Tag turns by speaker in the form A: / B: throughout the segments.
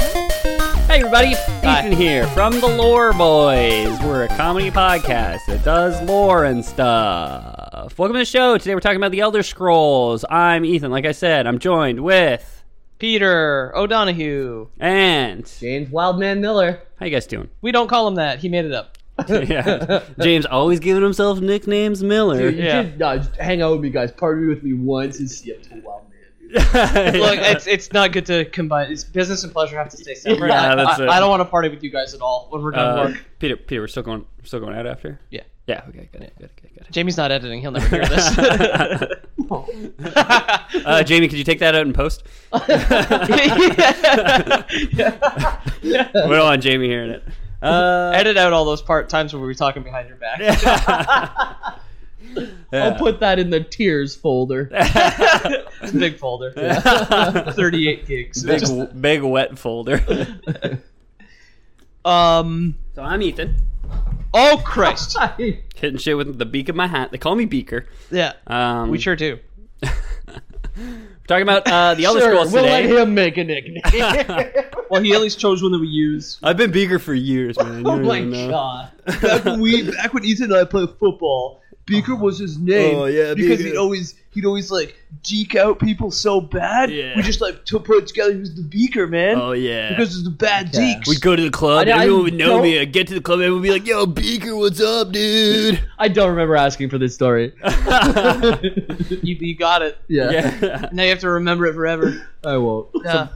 A: Hey everybody,
B: Hi.
A: Ethan here from the Lore Boys. We're a comedy podcast that does lore and stuff. Welcome to the show. Today we're talking about the Elder Scrolls. I'm Ethan. Like I said, I'm joined with
B: Peter O'Donohue,
A: and
B: James Wildman Miller.
A: how you guys doing?
B: We don't call him that. He made it up.
A: yeah, James always giving himself nicknames Miller.
C: Dude, you
B: Yeah.
C: should, uh, just hang out with me, guys. Party with me once and see up to a wild man. dude.
B: Look, it's it's not good to combine. It's business and pleasure have to stay separate.
A: Yeah,
B: I,
A: that's
B: I-
A: it.
B: I don't want to party with you guys at all when we're done
A: Uh,
B: work.
A: Peter, Peter, we're still going, we're still going out after.
B: Yeah.
A: Yeah. Okay. Good. Good. Good. Good.
B: Jamie's not editing. He'll never hear this.
A: Uh, Jamie, could you take that out and post? we don't want Jamie hearing it. Uh,
B: Edit out all those part times where we were talking behind your back.
C: I'll put that in the tears folder.
B: It's a big folder. 38 gigs.
A: big,
B: Just-
A: big wet folder.
B: um.
A: so I'm Ethan,
B: Oh Christ.
A: hitting shit with the beak of my hat. They call me Beaker.
B: Yeah.
A: Um,
B: we sure do.
A: we're talking about uh, the Elder
C: Sure,
A: Scrolls
C: we'll let
A: today.
C: him make a nickname.
B: Well, he at least chose one that we use.
A: I've been Beaker for years, man. You
C: oh
A: don't
C: my
A: even know.
C: god.
D: back when we back when Ethan and I played football, Beaker was his name.
A: Oh, yeah,
D: because
A: Beaker.
D: he'd always he'd always like deke out people so bad.
A: Yeah.
D: We just like to put it together. He was the Beaker man
A: Oh yeah.
D: because of the bad deeks.
A: We'd go to the club,
C: I- I
A: everyone would know
C: don't-
A: me. I'd get to the club, everyone would be like, yo, Beaker, what's up, dude?
C: I don't remember asking for this story.
B: You, you got it.
C: Yeah,
A: Yeah.
B: Now you have to remember it forever.
C: I won't.
B: Yeah.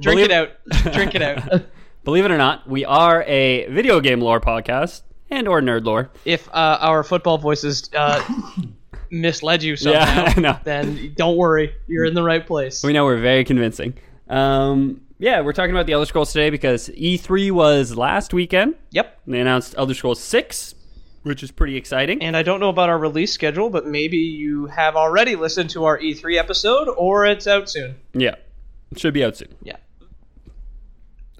B: Drink
A: Believe-
B: it out. Drink it out.
A: Believe it or not, we are a video game lore podcast and or nerd lore.
B: If uh, our football voices uh, misled you somehow,
A: Yeah, I know.
B: then don't worry. You're in the right place.
A: We know we're very convincing. Um, yeah, we're talking about the Elder Scrolls today because E3 was last weekend.
B: Yep.
A: They announced Elder Scrolls 6, which is pretty exciting.
B: And I don't know about our release schedule, but maybe you have already listened to our E3 episode, or it's out soon.
A: yeah. It should be out soon.
B: Yeah.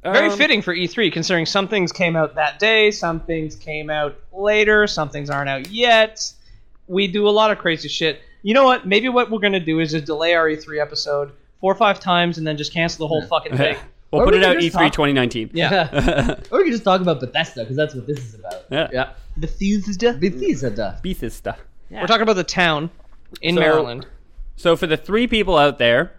B: Very
A: Um,
B: fitting for E3, considering some things came out that day, some things came out later, some things aren't out yet. We do a lot of crazy shit. You know what? Maybe what we're gonna do is just delay our E3 episode four or five times and then just cancel the whole fucking thing.
A: We'll
C: Or
A: put
C: we
A: it
C: can
A: out E
C: just
A: E3
C: talk-
A: 2019.
B: Yeah.
C: or we can just talk about Bethesda because that's what this is about.
A: Yeah.
C: yeah.
B: Bethesda.
C: Bethesda.
A: Bethesda.
B: We're talking about the town in
A: So-
B: Maryland.
A: So for the three people out there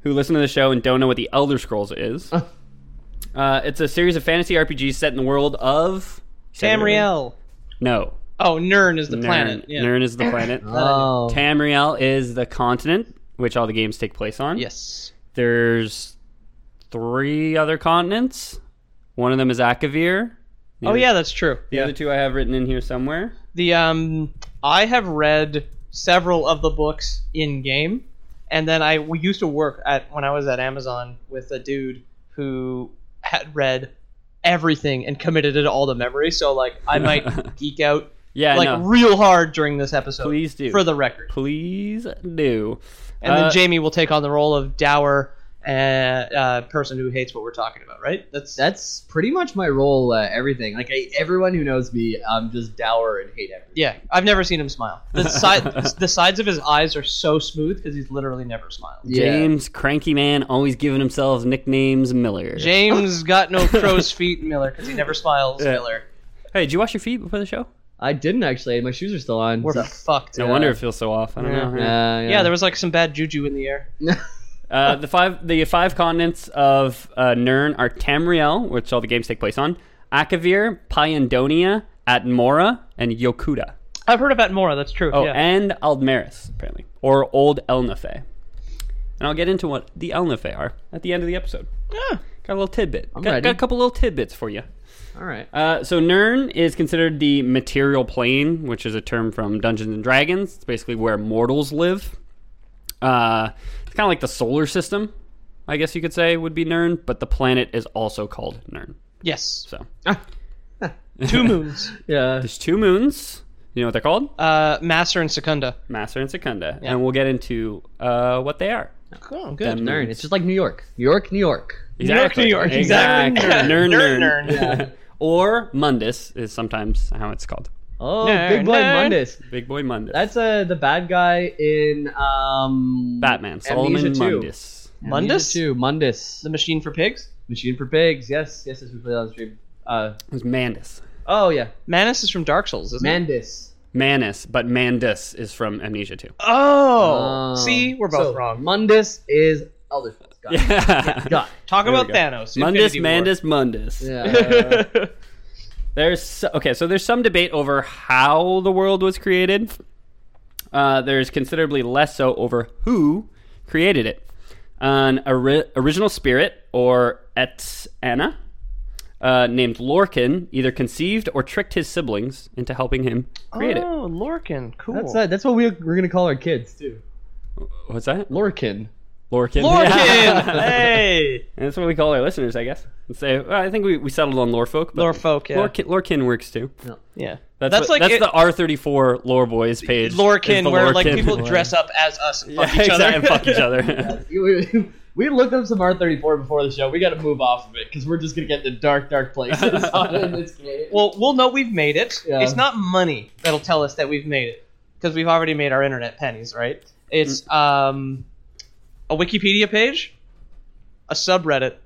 A: who listen to the show and don't know what the Elder Scrolls is, uh, it's a series of fantasy RPGs set in the world of
B: Tamriel.
A: No,
B: Oh, Nern is the planet.
A: Nern,
B: Yeah.
A: Nern is the planet.
C: Oh,
A: Tamriel is the continent which all the games take place on.
B: Yes.
A: There's three other continents. One of them is Akavir.
B: Oh yeah, that's true.
A: The other two I have written in here somewhere.
B: the um I have read several of the books in game, and then I we used to work at when I was at Amazon with a dude who had read everything and committed it to all the memory. So like I might geek out
A: Yeah,
B: like
A: no.
B: real hard during this episode.
A: Please do.
B: for the record,
A: Please do.
B: and
A: Uh,
B: then Jamie will take on the role of dour. Uh, uh, person who hates what we're talking about, right? That's
C: that's pretty much my role. Uh, everything. Like I, everyone who knows me, I'm just dour and hate everything.
B: yeah. I've never seen him smile. The side, the sides of his eyes are so smooth because he's literally never smiled.
A: James, cranky man, always giving himself nicknames Miller.
B: James got no crow's feet, Miller, because he never smiles, Miller.
A: hey, did you wash your feet before the show?
C: I didn't actually. My shoes are still on.
B: We're
C: so-
B: fucked.
A: No
B: Yeah.
A: wonder it feels so off. I don't know.
C: yeah,
B: Yeah, there was like some bad juju in the air.
A: Uh, the five the five continents of uh, Nern are Tamriel, which all the games take place on, Akavir, Pyandonia, Atmora, and Yokuda.
B: I've heard about Mora. That's true.
A: Oh,
B: yeah.
A: and Aldmeris, apparently, or
B: Ah.
A: Old Elnafe. And I'll get into what the Elnafe are at the end of the episode. Because Got a little tidbit.
C: I'm
A: Got,
C: ready.
A: got a couple little tidbits for you.
C: All right.
A: Uh, so Nern is considered the material plane, which is a term from Dungeons and Dragons. It's basically where mortals live. Uh, it's kind of like the solar system, I guess you could say would be Nern, but the planet is also called Nern.
B: Yes.
A: So
B: Two moons.
C: Yeah.
A: there's two moons. You know what they're called?
B: Uh, Master and Secunda.
A: Master and Secunda,
B: Yeah.
A: and we'll get into uh, what they are.
B: Cool.
A: Them
B: Good.
C: Nern. It's just like New York. New York, New York.
B: New York, New York,
A: exactly.
B: exactly.
A: Nern,
B: Nern,
A: Nern,
B: Nern,
A: or Mundus is sometimes how it's called.
C: Oh,
B: Nern,
C: Big Boy
B: Nern.
C: Mundus.
A: Big boy Mundus.
C: That's uh, the bad guy in um,
A: Batman. Solomon
C: Amnesia 2.
A: Mundus.
C: Amnesia
B: Mundus?
C: 2. Mundus.
B: The machine for pigs.
C: Machine for Pigs. Yes, yes, yes. We played on stream. Uh,
A: It was Mandus.
C: oh yeah,
B: Manus is from Dark Souls, isn't it?
C: Mandus.
A: Manus, but Mandus is from Amnesia 2.
B: Oh,
C: Oh.
B: see, we're both
C: So,
B: wrong.
C: Mundus is Elder Scrolls. Got it.
A: Yeah.
C: Got it.
B: Talk
A: There we
B: about
A: go.
B: Thanos.
A: Mundus,
B: Infinity War.
A: Mandus, Mundus.
C: Yeah.
A: There's so- okay, so there's some debate over how the world was created. Uh, there's considerably less so over who created it. An ori- original spirit or et Anna, uh, named Lorcan, either conceived or tricked his siblings into helping him create it.
B: Oh, Lorcan, cool.
C: that's uh, that's what we we're gonna call our kids too.
A: What's that?
C: Lorkin.
A: Lorcan.
B: Lorcan,
A: Yeah.
B: hey,
A: And that's what we call our listeners, I guess. And say, well, I think we, we settled on Lorefolk. But
B: Lorfolk, yeah,
A: Lorcan, Lorcan works too.
B: yeah.
A: That's,
B: That's
A: what-
B: like
A: that's
B: it-
A: the R34 lore boys page. is
B: Lorcan,
A: the
B: where like
A: Lorcan.
B: people dress up as us and fuck
A: yeah,
B: each
A: exactly,
B: other.
A: and fuck each other.
C: We, we looked up some R34 before the show. We got to move off of it because we're just gonna get into dark, dark places in this game.
B: well, we'll know we've made it.
C: Yeah.
B: It's not money that'll tell us that we've made it because we've already made our internet pennies, right? It's um, a Wikipedia page, a subreddit,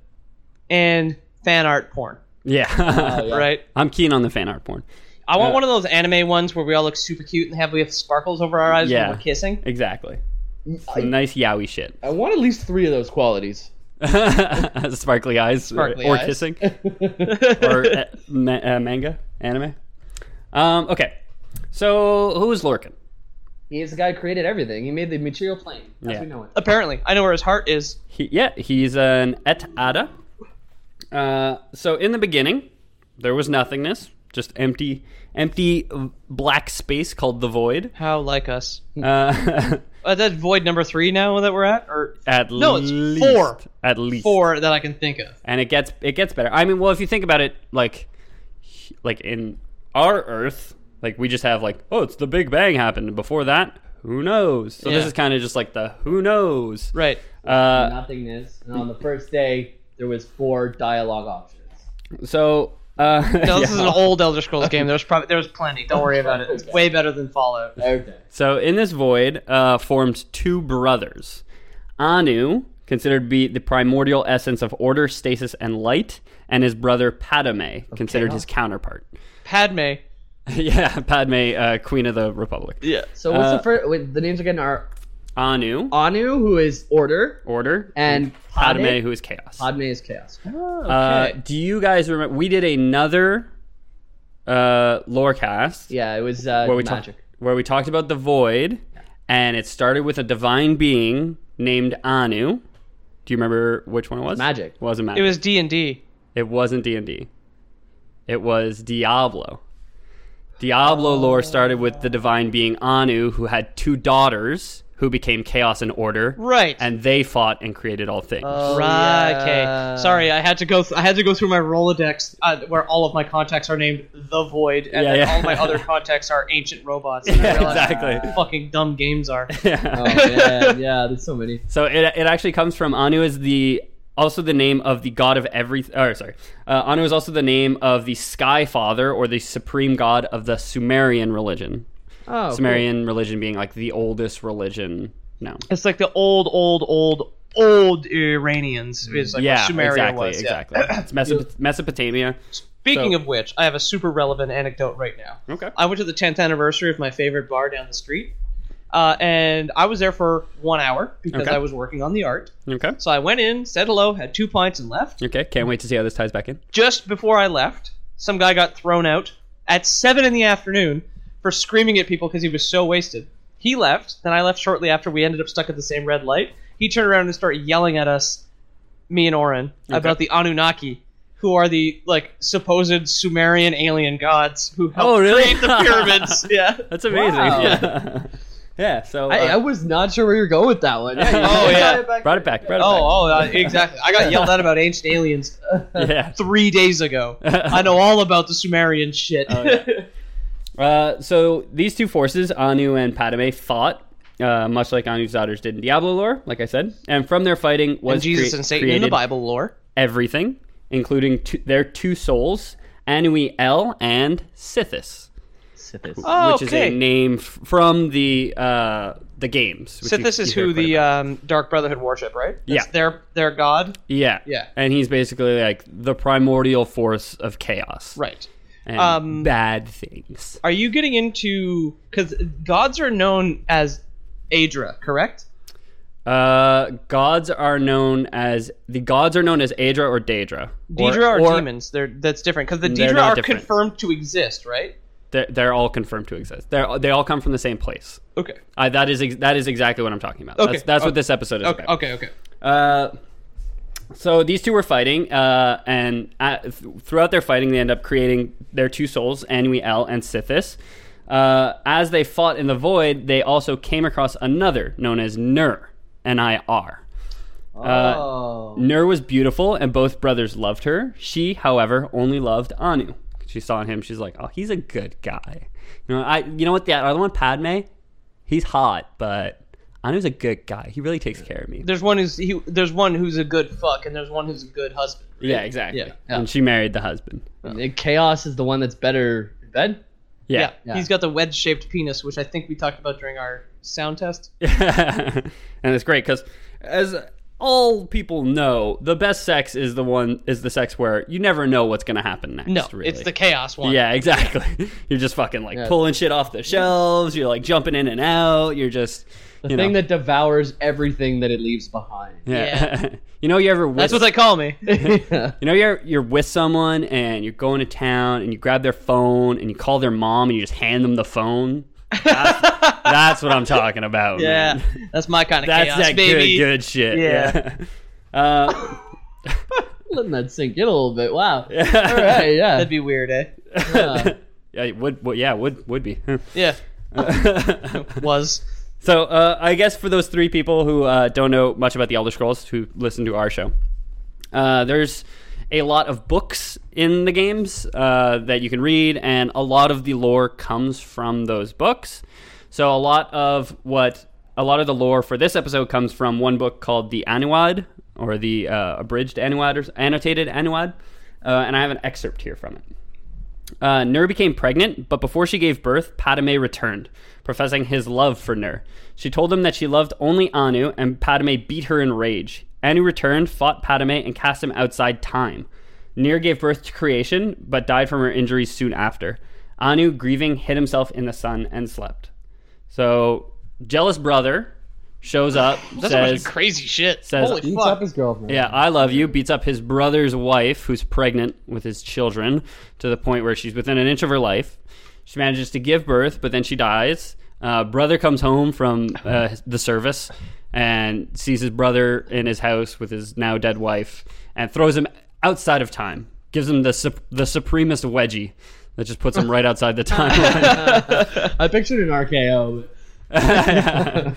B: and fan art porn,
A: yeah.
C: Oh, yeah.
B: right?
A: I'm keen on the fan art porn.
B: I want
A: Uh,
B: one of those anime ones where we all look super cute and have we have sparkles over our eyes
A: Yeah.
B: when we're kissing.
A: Exactly.
C: I,
A: Some nice yaoi shit.
C: I want at least three of those qualities.
A: Sparkly eyes.
B: Sparkly
A: or
B: eyes.
A: kissing. or uh, ma- uh, manga, anime. Um, okay. So, who is Lorcan?
C: He's the guy who created everything. He made the material plane. That's
A: Yeah.
C: we know it.
B: Apparently, I know where his heart is.
A: He, yeah, he's an et ada. Uh, so in the beginning, there was nothingness, just empty, empty black space called the void.
B: How like us?
A: Uh,
B: Uh, that's void number three now that we're at, or
A: at
B: No, it's
A: least,
B: four.
A: At least
B: four that I can think of.
A: and it gets it gets better. I mean, well, if you think about it, like like in our Earth, like we just have like oh, it's the Big Bang happened. and Before that, who knows? So this
B: Yeah.
A: is kind of just like the who knows.
B: Right.
A: Uh,
C: Nothingness. And on the first day, there was four dialogue options.
A: so uh,
B: No, this
A: yeah.
B: is an old Elder Scrolls game. There's probably there's plenty. Don't worry about it. It's way better than Fallout.
C: Okay.
A: So in this void uh, formed two brothers, Anu, considered to be the primordial essence of order, stasis, and light, and his brother Padme, considered his counterpart.
B: Padme.
A: yeah, Padme, uh, Queen of the Republic.
B: Yeah.
C: So what's
A: Uh,
C: the first? Wait, the names again are
A: Anu,
C: Anu, who is order,
A: order,
C: and
A: Padme,
C: Padme.
A: who is chaos.
C: Padme is chaos.
A: Uh, do you guys remember? We did another uh, lore cast
C: Yeah, it was uh,
A: where we talked
C: magic.
A: where we talked about the void, and it started with a divine being named Anu. Do you remember which one it was?
C: Magic.
A: It wasn't magic.
B: It was D and D.
A: It wasn't D and D. It was Diablo. Diablo lore started with the divine being Anu, who had two daughters who became Chaos and Order,
B: Right.
A: and they fought and created all things.
C: Oh.
B: right.
C: yeah.
B: Okay. Sorry, I had to go. Th- I had to go through my Rolodex, uh, where all of my contacts are named The Void, and
A: Yeah,
B: then
A: yeah.
B: all my other contacts are ancient robots. And I realized
A: exactly.
B: how fucking dumb games are.
C: Oh man, yeah, there's so many.
A: So it, it actually comes from Anu is the also the name of the god of every. Or sorry, uh, Anu is also the name of the Sky Father or the supreme god of the Sumerian religion.
C: Oh,
A: Sumerian religion being like the oldest religion. No.
B: It's like the old, old, old, old Iranians. It's like
A: yeah,
B: what Sumeria
A: exactly,
B: was. yeah.
A: exactly. It's Mesop- Mesopotamia.
B: Speaking
A: So-
B: of which, I have a super relevant anecdote right now.
A: Okay.
B: I went to the 10th anniversary of my favorite bar down the street, uh, and I was there for one hour because
A: Okay.
B: I was working on the art.
A: Okay.
B: So I went in, said hello, had two pints, and left.
A: Okay. Can't wait to see how this ties back in.
B: Just before I left, some guy got thrown out at 7 in the afternoon for screaming at people because he was so wasted. He left, then I left shortly after. We ended up stuck at the same red light. He turned around and started yelling at us me and Oren about the Anunnaki, who are the like supposed Sumerian alien gods who helped
A: Oh, really?
B: create the pyramids. yeah.
A: That's amazing.
C: Wow.
A: Yeah. yeah. So
C: I, I
A: uh,
C: was not sure where you're going with that one. Yeah, you
B: Oh,
C: brought
B: yeah.
C: it back.
A: brought it back. Brought it
B: Oh, oh, uh, exactly. I got yelled at about ancient aliens
A: back. yeah.
B: three days ago. I know all about the Sumerian shit.
A: Oh, Uh, so these two forces, Anu and Padme, fought, uh, much like Anu's daughters did in Diablo lore, like I said. And from their fighting was
B: and Jesus
A: crea-
B: and Satan in the
A: created
B: Bible lore.
A: everything, including two, their two souls, Anuiel and Sithis,
B: Oh,
A: which
B: okay.
A: is a name f- from the uh, the games. which you-
B: Sithis is
A: you hear
B: who
A: quite
B: the
A: a bit.
B: um, Dark Brotherhood worship, right? That's
A: Yeah.
B: Their their god.
A: yeah
B: yeah.
A: and he's basically like the primordial force of chaos,
B: Right.
A: And
B: Um,
A: bad things.
B: Are you getting into because gods are known as Adra, correct?
A: Uh, gods are known as the gods are known as Aedra or Daedra. Or-
B: Deidre are
A: or
B: demons. They're that's different because the
A: They're
B: Deidre
A: not
B: are
A: different.
B: confirmed to exist, right?
A: They're, they're all confirmed to exist. They're they all come from the same place.
B: Okay.
A: Uh, that is ex- that is exactly what I'm talking about.
B: Okay.
A: That's, that's
B: Okay.
A: what this episode is
B: Okay.
A: about.
B: Okay. Okay.
A: Uh, so these two were fighting, uh, and uh th- throughout their fighting, they end up creating their two souls, Anuiel and Sithis. Uh, as they fought in the void, they also came across another known as Nur, N-I-R. Uh,
C: Oh.
A: Nur was beautiful, and both brothers loved her. She, however, only loved Anu. She saw him. She's like, "Oh, he's a good guy." You know, I. You know what? The other one, Padme, he's hot, but Anu's a good guy. He really takes care of me.
B: There's one who's he, there's one who's a good fuck, and there's one who's a good husband.
A: Yeah, exactly.
B: Yeah.
A: And she married the husband.
C: Chaos is the one that's better in bed.
A: Yeah.
C: Yeah.
B: He's got the wedge shaped penis, which I think we talked about during our sound test.
A: and it's great because, as all people know, the best sex is the one is the sex where you never know what's going to happen next.
B: No,
A: really.
B: it's the chaos one.
A: Yeah, exactly. You're just fucking like pulling shit off the shelves. You're like jumping in and out. You're just
C: The
A: you
C: thing
A: know.
C: that devours everything that it leaves behind.
A: yeah. you know you ever with,
B: That's what they call me.
C: Yeah.
A: you know you're you're with someone and you're going to town and you grab their phone and you call their mom and you just hand them the phone. That's, that's what I'm talking about.
B: yeah,
A: man.
B: that's my kind of
A: that's
B: chaos,
A: that
B: baby.
A: good good shit.
B: Yeah.
A: yeah. Uh,
C: Letting that sink in a little bit. Wow. All right. Yeah.
B: That'd be weird, eh?
C: Yeah.
A: yeah, it would, would yeah would would be.
B: Yeah, was
A: So uh, I guess for those three people who uh, don't know much about the Elder Scrolls, who listen to our show, uh, there's a lot of books in the games uh, that you can read, and a lot of the lore comes from those books. So a lot of what a lot of the lore for this episode comes from one book called the Anuad or the uh, abridged Anuad or s- annotated Anuad, uh, and I have an excerpt here from it. Uh, Nur became pregnant, but before she gave birth, Padme returned, professing his love for Nur. She told him that she loved only Anu, and Padme beat her in rage. Anu returned, fought Padme, and cast him outside time. Nur gave birth to creation, but died from her injuries soon after. Anu, grieving, hid himself in the sun and slept. So, jealous brother shows up,
B: that's a bunch
A: says,
B: of crazy shit.
A: says-
B: Holy
C: Beats
B: fuck!
C: up his girlfriend.
A: yeah, I love you. Beats up his brother's wife, who's pregnant with his children, to the point where she's within an inch of her life. She manages to give birth, but then she dies. Uh, brother comes home from uh, the service and sees his brother in his house with his now dead wife and throws him outside of time. Gives him the sup- the supremest wedgie that just puts him right outside the timeline.
C: I pictured an RKO. But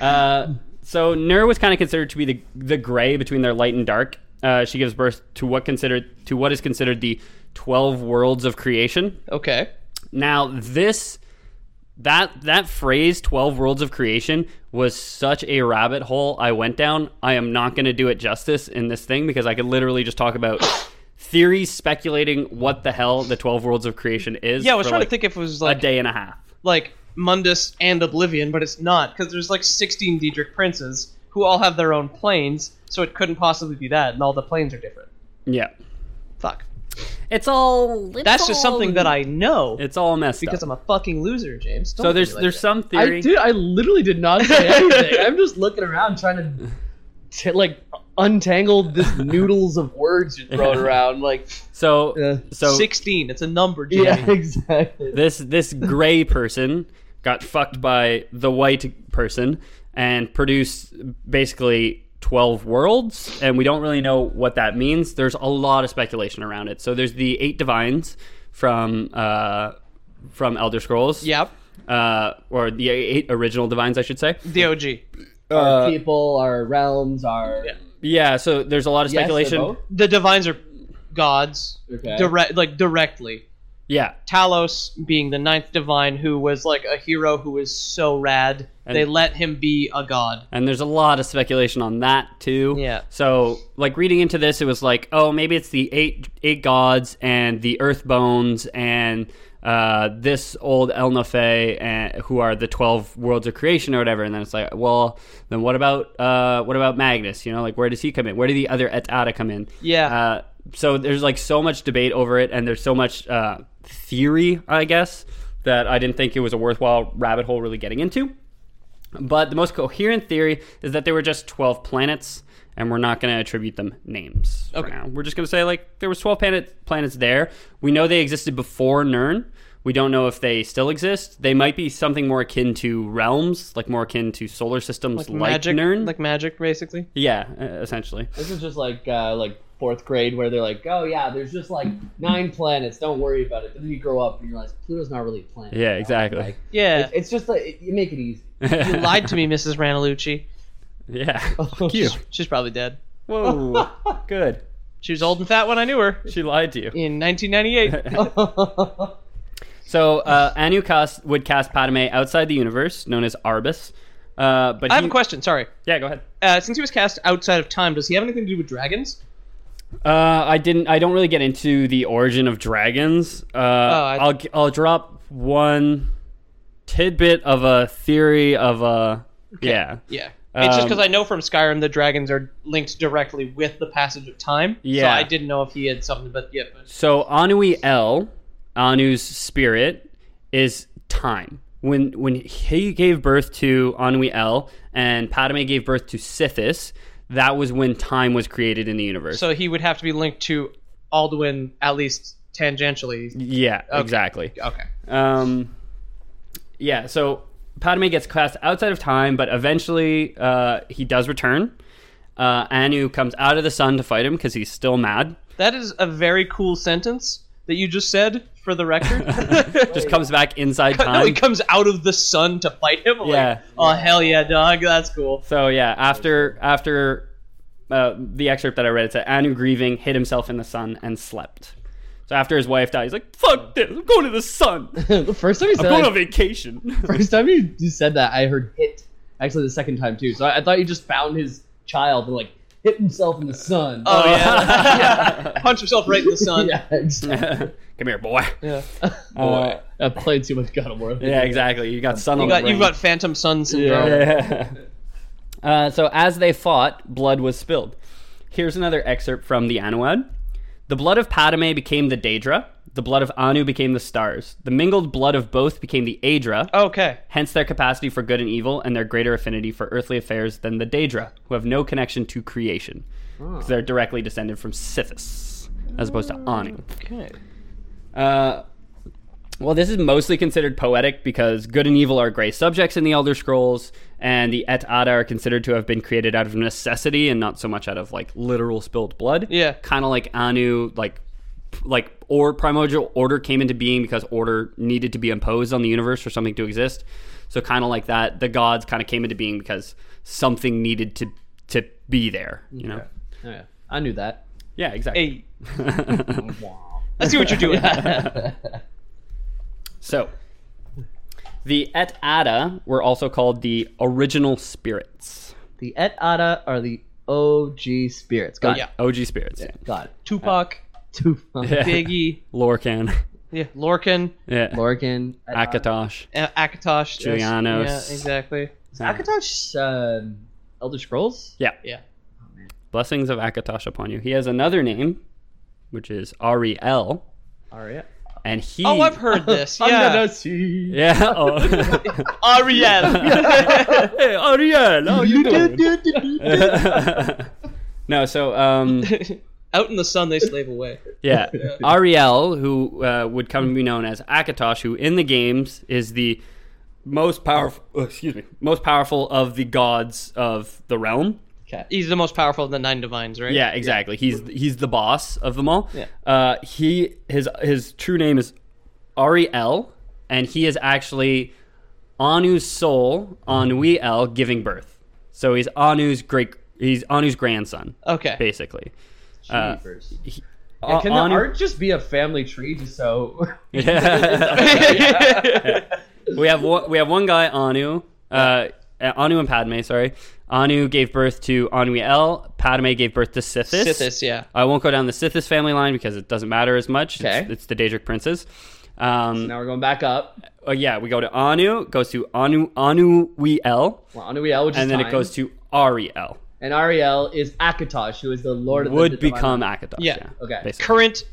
A: Uh, so Nur was kind of considered to be the the gray between their light and dark. Uh, she gives birth to what considered to what is considered the twelve worlds of creation.
B: Okay,
A: Now this that that phrase twelve worlds of creation was such a rabbit hole I went down. I am not going to do it justice in this thing because I could literally just talk about theories speculating what the hell the twelve worlds of creation is.
B: yeah, I was
A: for,
B: trying
A: like,
B: to think if it was
A: a
B: like
A: day and a half.
B: like Mundus and Oblivion, but it's not because there's like 16 Diedrich princes who all have their own planes, so it couldn't possibly be that, and all the planes are different.
A: Yeah,
B: Fuck.
A: it's all it's
B: That's just
A: all-
B: something that I know
A: It's all messed up.
B: because I'm a fucking loser, James. Don't
A: So
B: look at
A: there's
B: me like
A: there's
B: that.
A: some theory.
C: I, dude, I literally did not say anything. I'm just looking around trying to, t- like, untangle this noodles of words you're throwing around. Like,
A: so
C: uh,
A: so
B: 16. It's a number, James.
C: yeah, exactly.
A: this this gray person got fucked by the white person and produced basically 12 worlds, and we don't really know what that means. There's a lot of speculation around it. So there's the eight divines from uh, from Elder Scrolls.
B: Yep.
A: Uh, or the eight original divines, I should say.
B: The OG.
C: our people, our realms, our
A: Yeah, so there's a lot of
C: Yes, they're
A: speculation.
C: both?
B: The divines are gods,
C: Okay.
B: direct like directly.
A: yeah.
B: Talos being the ninth divine, who was like a hero who was so rad,
A: And-
B: they let him be a god.
A: And there's a lot of speculation on that too.
B: Yeah.
A: So, like reading into this, it was like, oh, maybe it's the eight eight gods and the earth bones and uh, this old El Nafe and who are the twelve worlds of creation or whatever. And then it's like, well, then what about uh, what about Magnus? You know, like where does he come in? Where do the other Etata come in?
B: Yeah.
A: Uh, so there's like so much debate over it, and there's so much uh, theory, I guess, that I didn't think it was a worthwhile rabbit hole really getting into. But the most coherent theory is that they were just 12 planets, and we're not going to attribute them names. Okay. We're just going to say, like, there was 12 planet, planets there. We know they existed before Nern. We don't know if they still exist. They might be something more akin to realms, like more akin to solar systems like,
B: magic,
A: Nern.
B: like magic, basically.
A: yeah, uh, essentially.
C: This is just like uh, like fourth grade where they're like, oh yeah, there's just like nine planets. Don't worry about it. But then you grow up and you realize Pluto's not really a planet.
A: Yeah, exactly.
C: Like,
B: Yeah,
C: it's just like it- you make it easy.
B: you lied Oh, to me, Mrs. Ranellucci.
A: Yeah. Fuck you.
B: She's, she's probably dead.
A: Whoa. Good.
B: She was old and fat when I knew her
A: She lied to you.
B: in 1998.
A: So uh, Anu cast, would cast Padme outside the universe, known as Arbus. Uh, but
B: I have
A: he-
B: a question. Sorry.
A: Yeah, go ahead.
B: Uh, since he was cast outside of time, does he have anything to do with dragons?
A: Uh, I didn't. I don't really get into the origin of dragons. Uh,
B: Oh, I-
A: I'll g- I'll drop one tidbit of a theory of a yeah
B: Yeah. It's just
A: Um,
B: because I know from Skyrim the dragons are linked directly with the passage of time.
A: Yeah.
B: So I didn't know if he had something, but yeah. But
A: So Anui El, Anu's spirit, is time. When when he gave birth to Anui El and Padme gave birth to Sithis, that was when time was created in the universe.
B: So he would have to be linked to Alduin at least tangentially.
A: yeah, exactly.
B: Okay.
A: Um, yeah, so Padme gets cast outside of time, but eventually uh, he does return. Uh, Anu comes out of the sun to fight him because he's still mad.
B: That is a very cool sentence that you just said for the record.
A: Just comes back inside
B: no, he
A: time.
B: comes out of the sun to fight him. I'm like,
A: Yeah.
B: oh hell yeah, dog. That's cool.
A: So yeah, after after uh, the excerpt that I read, it said Anu grieving hid himself in the sun and slept. So after his wife died, he's like, "Fuck this! I'm going to the sun. I'm
C: the first time you said
A: going on
C: that,
A: vacation."
C: first time you, you said that, I heard hit. Actually, the second time too. So I, I thought you just found his child and like hit himself in the sun.
B: Oh yeah. Yeah. Punch himself right in the sun.
C: yeah, exactly.
A: Come here, boy.
B: Yeah.
A: Uh,
C: I played too much God of War.
A: yeah, exactly. You got sun
B: You
A: on
B: got
A: the
B: you've
A: brain.
B: got Phantom Sun syndrome.
A: Yeah. uh, so as they fought, blood was spilled. Here's another excerpt from the Anuad. The blood of Padme became the Daedra. The blood of Anu became the stars. The mingled blood of both became the Aedra.
B: Okay.
A: hence their capacity for good and evil and their greater affinity for earthly affairs than the Daedra, who have no connection to creation. 'Cause they're directly descended from Sithis, as opposed to Anu.
B: Okay.
A: Uh, well, this is mostly considered poetic because good and evil are gray subjects in the Elder Scrolls, and the Et Ada are considered to have been created out of necessity and not so much out of like literal spilled blood.
B: Yeah.
A: kind of like Anu, like like or primordial order came into being because order needed to be imposed on the universe for something to exist. So kind of like that, the gods kind of came into being because something needed to to be there. You know?
C: Oh, yeah. I knew that.
A: Yeah, exactly.
B: Hey, I see what you're doing.
A: So, the Et Ada were also called the original spirits,
C: The Et Ada are the OG spirits. Got
B: Oh, Yeah.
C: it.
A: OG spirits.
C: Got it.
B: Tupac,
C: Two.
B: Biggie,
A: Lorcan,
B: yeah, Lorcan,
A: yeah,
C: Lorcan. Et Ada.
A: Akatosh.
B: uh, Akatosh, yes,
A: Julianos.
B: Yeah, exactly.
C: Akatosh uh, Elder Scrolls?
A: Yeah,
B: Yeah.
A: blessings of Akatosh upon you. He has another name, which is Ariel,
C: Aria.
A: and he.
B: Oh, I've heard this.
C: I'm
B: Yeah. E
C: gonna see.
A: Yeah. Oh.
B: Ariel.
A: hey, Ariel, how you doing? no, so um,
B: Out in the sun, they slave away.
A: Yeah. Ariel, who uh, would come to be known as Akatosh, who in the games is the most powerful, excuse me, most powerful of the gods of the realm.
C: Okay.
B: He's the most powerful of the nine divines, right?
A: Yeah, exactly. He's he's the boss of them all.
B: Yeah.
A: Uh, he his his true name is Ariel, and he is actually Anu's soul, Anuel, giving birth. So he's Anu's great. He's Anu's grandson,
B: Okay.
A: basically.
C: Jeepers.
A: A-
C: Can the
A: Anu-
C: art just be a family tree just so
A: we have one, we have one guy Anu, uh, Anu and Padme. Sorry, Anu gave birth to Anuel. Padme gave birth to Sithis.
B: Sithis, yeah.
A: I won't go down the Sithis family line because it doesn't matter as much. It's,
C: Okay.
A: it's the Daedric princes. Um,
C: now we're going back up.
A: oh, yeah, we go to Anu, it goes to Anu Anuel,
C: Well, Anuel, which is
A: and then it
C: time.
A: goes to Ariel.
C: and Ariel is Akatosh, who is the Lord of the
A: Would
C: Divine
A: become
C: Light.
A: Akatosh.
B: Yeah,
A: Yeah.
C: okay.
A: basically.
B: Current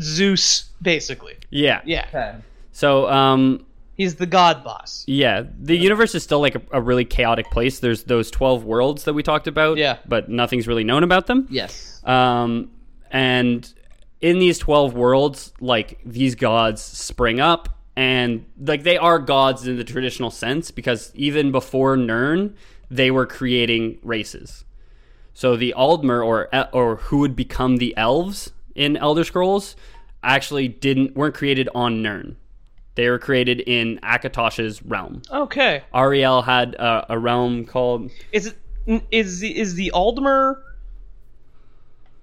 B: Zeus, basically.
A: Yeah.
B: Yeah.
C: Okay.
A: So um,
B: He's the god boss.
A: Yeah, the universe is still like a, a really chaotic place. There's those 12 worlds that we talked about,
B: Yeah.
A: but nothing's really known about them.
C: Yes.
A: Um, and in these 12 worlds, like these gods spring up and like they are gods in the traditional sense because even before Nern, they were creating races. So the Aldmer or e, or who would become the elves in Elder Scrolls actually didn't weren't created on Nern. They were created in Akatosh's realm.
B: Okay.
A: Ariel had uh, a realm called
B: Is it, is the- is the Aldmer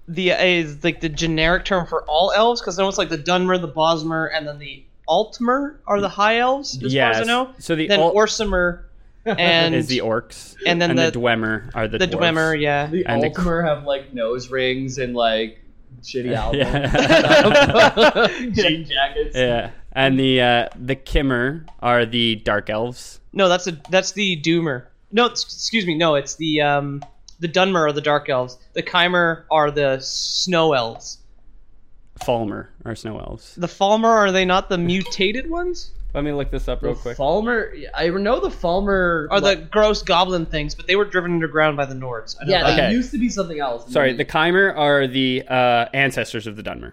B: the is like the generic term for all elves? Because almost like the Dunmer, the Bosmer, and then the Altmer are the high elves. As far as I
A: Yes.
B: know.
A: So the
B: then
A: Al-
B: Orsimer and
A: is the orcs,
B: and then
A: the,
B: the-
A: Dwemer are the
B: the
A: dwarves.
B: Dwemer. Yeah.
C: The
A: And the
C: Altmer have like nose rings and like shitty
A: Yeah.
C: albums. Jean jackets.
A: yeah, and the uh, the Kimmer are the dark elves.
B: No, that's a that's the Doomer. No, it's- excuse me. No, it's the um the Dunmer are the Dark Elves. The Chimer are the Snow Elves.
A: Falmer are snow elves.
B: The Falmer are they not the mutated ones?
A: Let me look this up real quick.
C: Falmer, I know the Falmer.
B: Are the gross goblin things? But they were driven underground by the Nords. I know
C: yeah?
B: that.
C: They
A: Okay.
C: used to be something else.
A: Sorry, the Chimer are the uh, ancestors of the Dunmer.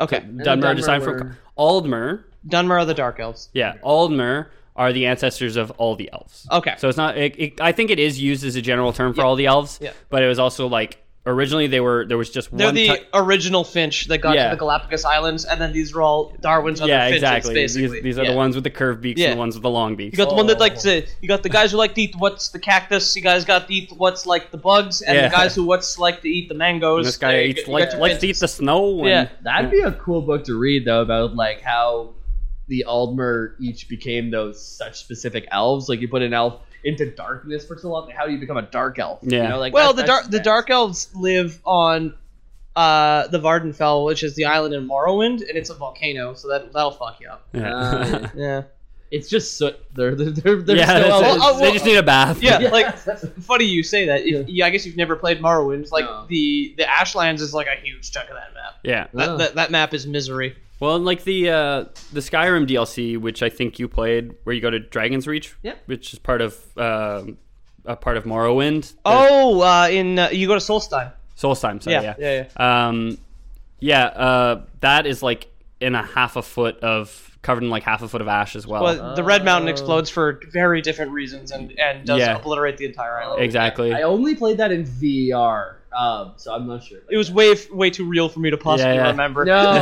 B: Okay.
A: Dunmer,
C: the
A: are
C: Dunmer
A: designed
C: were-
A: from Aldmer.
B: Dunmer are the Dark Elves.
A: Yeah, Aldmer are the ancestors of all the elves.
B: Okay.
A: So it's not. It, it, I think it is used as a general term for all the elves.
B: Yeah.
A: But it was also like originally they were there was just
B: They're
A: one.
B: the
A: ty-
B: original Finch that got
A: Yeah.
B: to the Galapagos Islands, and then these are all Darwin's other
A: yeah,
B: Finches,
A: exactly. These,
B: basically.
A: these are
B: Yeah.
A: the ones with the curved beaks
B: Yeah.
A: and the ones with the long beaks.
B: You got the one that like
C: Oh.
B: to. You got the guys who like to eat what's the cactus. You guys got to eat what's like the bugs, and
A: Yeah.
B: the guys who what's like to eat the mangoes.
A: And this guy
B: There you
A: eats
B: go- you
A: like
B: got your
A: let's
B: fin-
A: eat the snow. And,
B: Yeah.
C: That'd be a cool book to read though about like how the Aldmer each became those such specific elves. Like you put an elf into darkness for so long. How do you become a dark elf?
A: Yeah.
C: You know, like
B: Well,
C: that-
B: the
C: that's-
B: dark the dark elves live on uh, the Vardenfell, which is the island in Morrowind, and it's a volcano, so that that'll fuck you up.
A: Yeah.
C: Uh,
B: Yeah,
C: It's just so they're they're they're, they're
A: Yeah,
C: so
A: that's
C: elves.
A: it.
B: Well, uh,
A: they
B: well,
A: just need a bath.
B: yeah.
C: Yeah.
B: oh, Like funny you say that. If, yeah. I guess you've never played Morrowind. Like
C: No.
B: the the Ashlands is like a huge chunk of that map.
A: yeah.
B: That,
C: Oh.
B: that, that map is misery.
A: Well, and like the uh, the Skyrim DLC, which I think you played, where you go to Dragon's Reach,
B: Yep.
A: which is part of uh, a part of Morrowind.
B: Oh, uh, in uh, you go to Solstheim.
A: Solstheim, sorry,
B: Yeah,
A: yeah,
B: yeah,
A: Um, yeah, uh, that is like in a half a foot of covered in like half a foot of ash as well.
B: Well, the Red Mountain
C: Oh.
B: explodes for very different reasons and, and does
A: Yeah.
B: obliterate the entire island.
A: exactly.
C: I only played that in VR, um, so I'm not sure.
B: It was way f- way too real for me to possibly
A: Yeah, yeah.
B: remember.
C: No,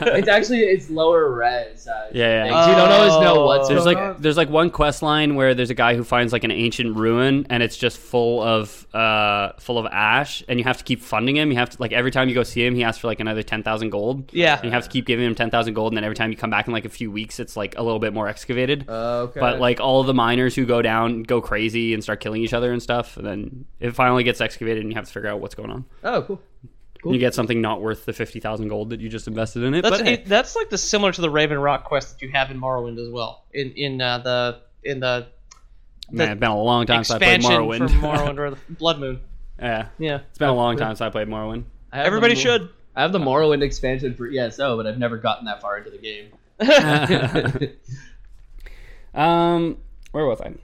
C: it's actually it's lower res. Uh,
A: Yeah, yeah.
C: things. you don't always know what's
B: Oh.
A: there's
C: going
A: like
C: on.
A: there's like one quest line where there's a guy who finds like an ancient ruin and it's just full of uh full of ash and you have to keep funding him. You have to like every time you go see him, he asks for like another ten thousand gold.
B: Yeah.
A: and you have to keep giving him ten thousand gold, and then every time you come back in like a few weeks, it's like a little bit more excavated.
C: Okay.
A: But like all the miners who go down go crazy and start killing each other and stuff, and then it finally gets excavated and you have to figure out what's going on.
C: oh, cool.
A: You get something not worth the fifty thousand gold that you just invested in it.
B: That's
A: but hey.
B: it, that's like the similar to the Raven Rock quest that you have in Morrowind as well. In in uh, the in the
A: Man, it's been a long time since I played
B: expansion
A: Morrowind.
B: from Morrowind or the Blood Moon.
A: yeah,
B: Yeah,
A: it's been a long time since I played Morrowind.
C: I have
B: everybody
C: the Mor-
B: should.
C: I have the
A: Uh,
C: Morrowind expansion for ESO, but I've never gotten that far into the game.
A: Uh, Um, where was I?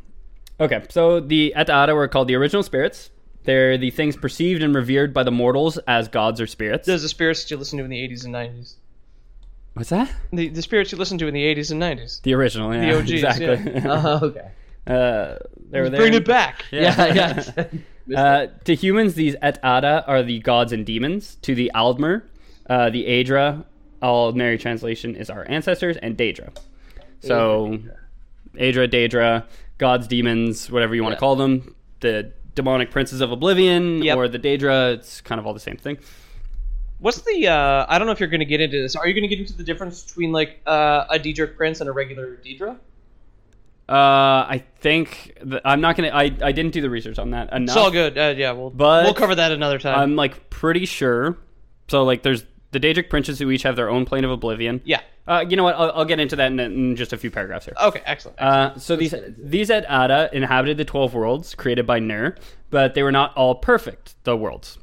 A: Okay, so the Eta'ata were called the original spirits. They're the things perceived and revered by the mortals as gods or spirits.
B: There's the spirits that you listen to in the 80s and 90s.
A: What's that?
B: The, the spirits you listen to in the 80s and 90s.
A: The original, yeah,
B: The OGs,
A: exactly.
C: Oh, okay.
A: Uh, They were there.
B: Uh-huh. Bring it back.
C: Yeah, yeah.
A: Uh, to humans, these Et Ada are the gods and demons. To the Aldmer, uh, the Aedra, ordinary translation is our ancestors, and Daedra. So, Aedra, Daedra, gods, demons, whatever you want to
C: Yeah.
A: call them, the demonic princes of oblivion,
B: Yep.
A: or the Daedra, it's kind of all the same thing.
B: What's the? Uh, I don't know if you're going to get into this. Are you going to get into the difference between like uh, a Daedric prince and a regular Daedra?
A: Uh, I think th- I'm not gonna. I, I didn't do the research on that enough.
B: It's all good. Uh, yeah, we'll
A: But-
B: we'll cover that another time.
A: I'm like pretty sure. So like, there's the Daedric princes who each have their own plane of oblivion.
B: yeah.
A: Uh, you know what? I'll, I'll get into that in, in just a few paragraphs here.
B: Okay. Excellent.
A: Uh, so these these at Ada inhabited the twelve worlds created by Ner, but they were not all perfect. The worlds,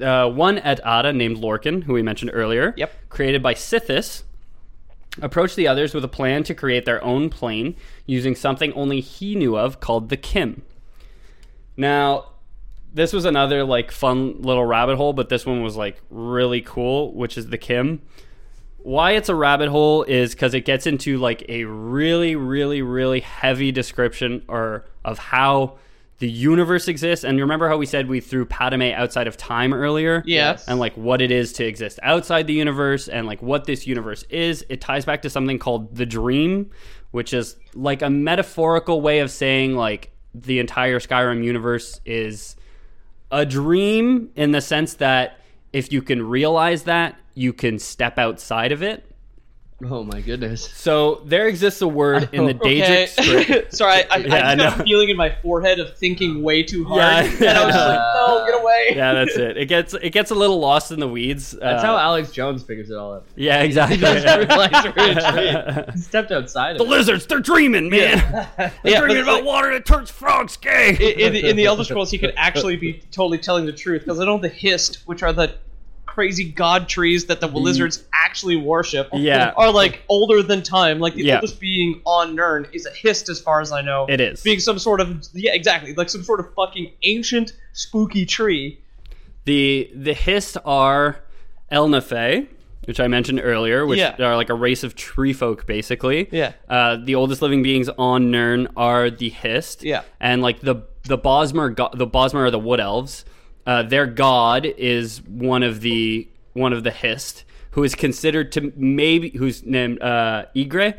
A: uh, one at Ada named Lorcan, who we mentioned earlier,
B: Yep.
A: created by Sithis, approached the others with a plan to create their own plane using something only he knew of called the Kim. Now, this was another like fun little rabbit hole, but this one was like really cool, which is the Kim why it's a rabbit hole is because it gets into like a really really really heavy description or of how the universe exists and remember how we said we threw padme outside of time earlier
B: Yeah.
C: yes.
A: and like what it is to exist outside the universe and like what this universe is it ties back to something called the dream which is like a metaphorical way of saying like the entire skyrim universe is a dream in the sense that if you can realize that you can step outside of it
C: oh my goodness.
A: so there exists a word in the Daedric
B: okay.
A: script.
B: Sorry, I, I,
A: Yeah,
B: I
A: I
B: just got
A: know.
B: a feeling in my forehead of thinking way too hard,
A: Yeah,
B: and I was just like, "No, get away."
A: Yeah, that's it. It gets it gets a little lost in the weeds.
C: That's
A: Uh,
C: how Alex Jones figures it all out.
A: Yeah, exactly.
C: Realized we're in a dream. He stepped outside of
A: the lizards, they're dreaming, man.
B: Yeah, but
A: They're dreaming
B: it's
A: about
B: like-
A: water that turns frogs gay.
B: in, in the Elder Scrolls, he could actually be totally telling the truth because I know the Hist, which are the crazy god trees that the lizards actually worship,
A: Mm. Yeah.
B: are like older than time. Like the
A: Yeah.
B: oldest being on Nern is a Hist, as far as I know.
A: it is.
B: being some sort of yeah, exactly like some sort of fucking ancient spooky tree.
A: The the Hist are Elnafe, which I mentioned earlier, which
B: Yeah.
A: are like a race of tree folk, basically.
B: Yeah.
A: Uh, the oldest living beings on Nern are the Hist.
B: Yeah.
A: And like the the Bosmer, go- the Bosmer are the Wood Elves. Uh, their god is one of the one of the Hist, who is considered to maybe who's named uh, Igre,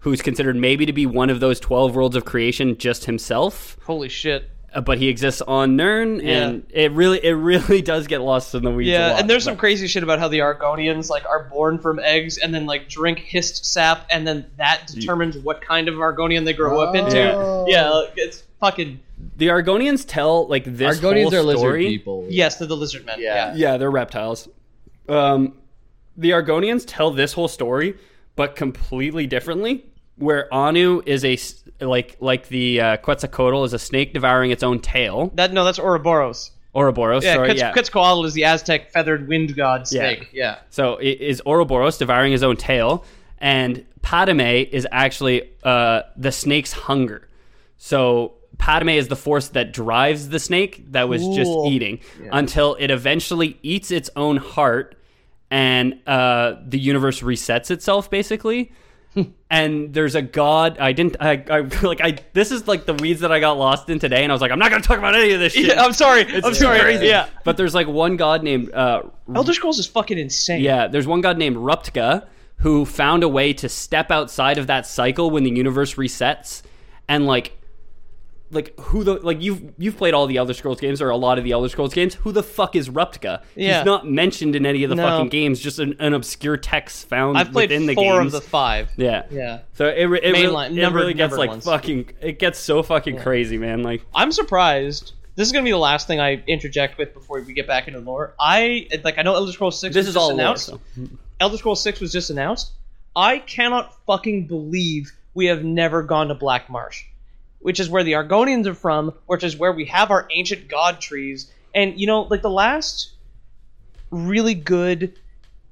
A: who's considered maybe to be one of those twelve worlds of creation just himself
B: Holy shit!
A: uh, but he exists on Nern, and it really, it really does get lost in the weeds. a
B: Yeah,
A: lot.
B: and there's some crazy shit about how the Argonians like are born from eggs and then like drink hist sap, and then that determines what kind of Argonian they grow up into.
A: Yeah.
B: Yeah, like, it's fucking
A: the Argonians tell like this
C: Argonians
A: whole
C: are lizard
A: story.
C: people.
B: yes, they're the lizard men.
C: Yeah.
B: Yeah,
A: Yeah, they're reptiles. Um, the Argonians tell this whole story, but completely differently. Where Anu is a s- like like the uh, Quetzalcoatl is a snake devouring its own tail.
B: that no, that's Ouroboros.
A: Ouroboros,
B: Yeah,
A: sorry,
B: Quetz-
A: yeah.
B: Quetzalcoatl is the Aztec feathered wind god snake.
C: Yeah.
A: So i- is Ouroboros devouring his own tail, and Padme is actually uh, the snake's hunger. So Padme is the force that drives the snake that was just
B: Cool.
A: eating until it eventually eats its own heart, and uh, the universe resets itself basically. and there's a god. I didn't. I, I like. I this is like the weeds that I got lost in today, and I was like, I'm not gonna talk about any of this shit.
B: Yeah, I'm sorry. I'm
A: It's
B: sorry.
A: crazy.
B: Yeah.
A: But there's like one god named uh,
B: Elder Scrolls is fucking insane.
A: yeah, there's one god named Ruptka who found a way to step outside of that cycle when the universe resets and like like who the like you've you've played all the Elder Scrolls games or a lot of the Elder Scrolls games. Who the fuck is Ruptka?
B: Yeah.
A: He's not mentioned in any of the
B: No.
A: fucking games. Just an, an obscure text found
B: I've played
A: within the
B: four
A: games.
B: of the five.
A: yeah,
B: Yeah.
A: So it re- it, re-
B: Mainline-
A: it
B: numbered-
A: really gets
B: numbered
A: like
B: ones.
A: fucking it gets so fucking crazy, man. Like
B: I'm surprised. This is gonna be the last thing I interject with before we get back into lore. I like I know Elder Scrolls Six.
A: this
B: was
A: is
B: just
A: all lore,
B: announced.
A: so.
B: Elder Scrolls Six was just announced. I cannot fucking believe we have never gone to Black Marsh, which is where the Argonians are from, which is where we have our ancient god trees. And you know, like the last really good,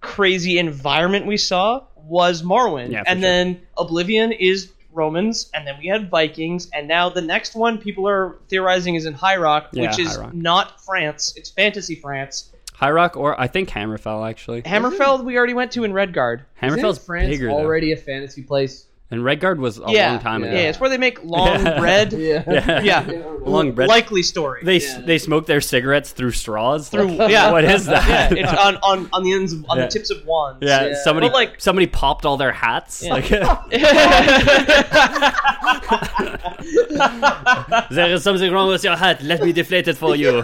B: crazy environment we saw was Morrowind,
A: Yeah, for
B: and
A: sure.
B: then Oblivion is Romans, and then we had Vikings, and now the next one people are theorizing is in High Rock,
A: Yeah,
B: which is
A: High Rock.
B: not France. It's fantasy France.
A: High Rock or I think Hammerfell actually.
B: Hammerfell we already went to in Redguard.
A: Hammerfell's
C: Isn't France
A: bigger though.
C: already a fantasy place?
A: And Redguard was a
B: yeah,
A: long time ago.
B: yeah, it's where they make long bread.
C: Yeah.
B: Yeah.
A: Long bread.
B: Likely story.
A: they they smoke their cigarettes through straws.
B: Through-
A: Like,
B: yeah.
A: what is
B: yeah,
A: that?
B: it's on, on, on the ends of, on
A: Yeah.
B: the tips of wands.
A: Yeah, somebody
B: But, like-
A: somebody popped all their hats. Like there is something wrong with your hat. Let me deflate it for you.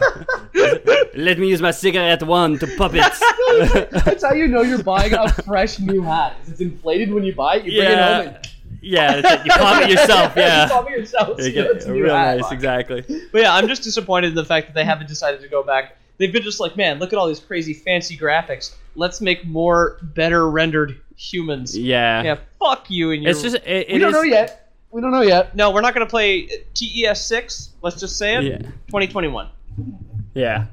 A: Let me use my cigarette wand to pop it.
C: That's how you know you're buying a fresh new hat. It's inflated when you buy it. You bring
A: Yeah.
C: it home and
A: yeah, it's like you pop it yourself.
C: you
A: Yeah,
C: pop it yourself.
A: You
C: You
A: get-
C: get, new
A: real
C: hat.
A: nice, exactly.
B: But yeah, I'm just disappointed in the fact that they haven't decided to go back. They've been just like, man, look at all these crazy fancy graphics. Let's make more better rendered humans. Yeah,
A: Yeah,
B: fuck you and your.
A: it's just it, it
C: We don't
A: is-
C: know yet. We don't know yet.
B: no, we're not gonna play TES six. Let's just say it.
A: Yeah.
B: 2021.
A: Yeah,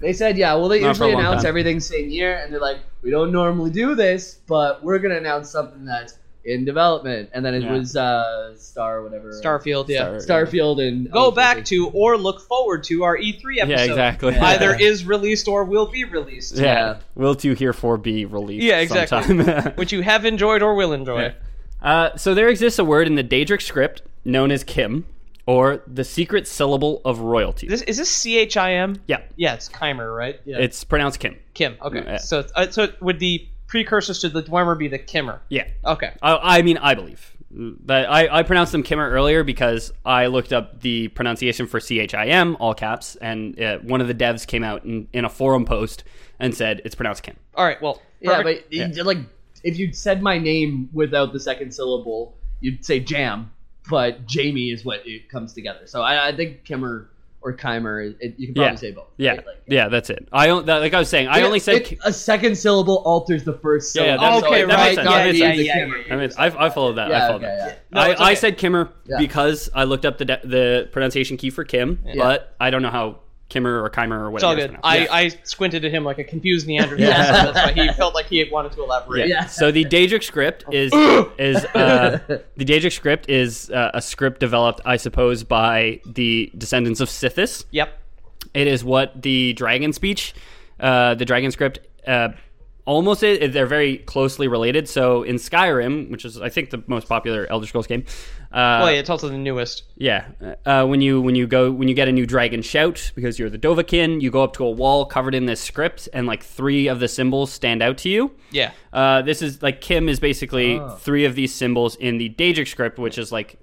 C: They said, yeah, well, they
A: Not for a
C: usually
A: long
C: announce
A: time.
C: everything same year, and they're like, we don't normally do this, but we're going to announce something that's in development. And then it
A: Yeah.
C: was uh, Star, whatever.
B: Starfield. Yeah.
A: Star-
C: Starfield and.
B: Go back to or look forward to our E3 episode.
A: yeah, exactly.
B: Either is released or will be released.
A: yeah.
C: Yeah.
A: will two here for be released?
B: Yeah, exactly.
A: sometime.
B: Which you have enjoyed or will enjoy.
A: Yeah. Uh, so there exists a word in the Daedric script known as Kim, or the secret syllable of royalty.
B: This is this C H I M.
A: yeah,
B: Yeah, it's Chimer, right? Yeah.
A: it's pronounced Kim.
B: Kim. Okay.
A: Yeah.
B: So uh, so would the precursors to the Dwemer be the Kimmer?
A: Yeah,
B: Okay.
A: I, I mean I believe that I, I pronounced them Kimmer earlier because I looked up the pronunciation for C H I M all caps, and uh, one of the devs came out in, in a forum post and said it's pronounced Kim.
B: All right. Well.
C: Yeah,
B: perfect.
C: but you- like, if you said my name without the second syllable, you'd say Jam, but Jamie is what it comes together. So I, I think Kimmer or Chimer, it, you can probably
A: Yeah.
C: say both.
A: Yeah,
C: right? Like,
A: yeah, that's it. I don't, that, like I was saying, I
C: it-
A: only said.
C: it-
A: Kim-
C: a second syllable alters the first
A: Yeah, yeah,
C: syllable.
A: that's-
B: Okay,
C: it
B: that
C: might
B: makes sense.
C: not
B: Yeah,
C: be
B: yeah,
C: the
B: yeah,
C: Kimmer.
B: yeah, yeah.
A: I mean, I, I followed that. I
C: Yeah,
A: followed
C: okay,
A: that.
C: yeah.
B: No,
A: I,
B: it's
A: I
B: okay.
A: said Kimmer
C: Yeah.
A: because I looked up the de- the pronunciation key for Kim, but I don't know how Kimmer or Kimer or
B: It's all
A: whatever.
B: good.
A: pronounced.
B: I,
A: Yeah.
B: I squinted at him like a confused Neanderthal.
A: Yeah.
B: so that's why he felt like he wanted to
A: Yeah.
B: elaborate.
C: Yeah.
A: So the Daedric script is is uh, the Daedric script is uh, a script developed, I suppose, by the descendants of Sithis.
B: Yep.
A: It is what the dragon speech, uh, the dragon script, uh, almost is, they're very closely related. So in Skyrim, which is I think the most popular Elder Scrolls game, uh,
B: Well, yeah, it's also the newest.
A: Yeah, uh, when you when you go when you get a new dragon shout because you're the Dovahkiin, you go up to a wall covered in this script, and like three of the symbols stand out to you.
B: Yeah.
A: Uh, this is like Kim is basically
C: Oh.
A: three of these symbols in the Daedric script, which is like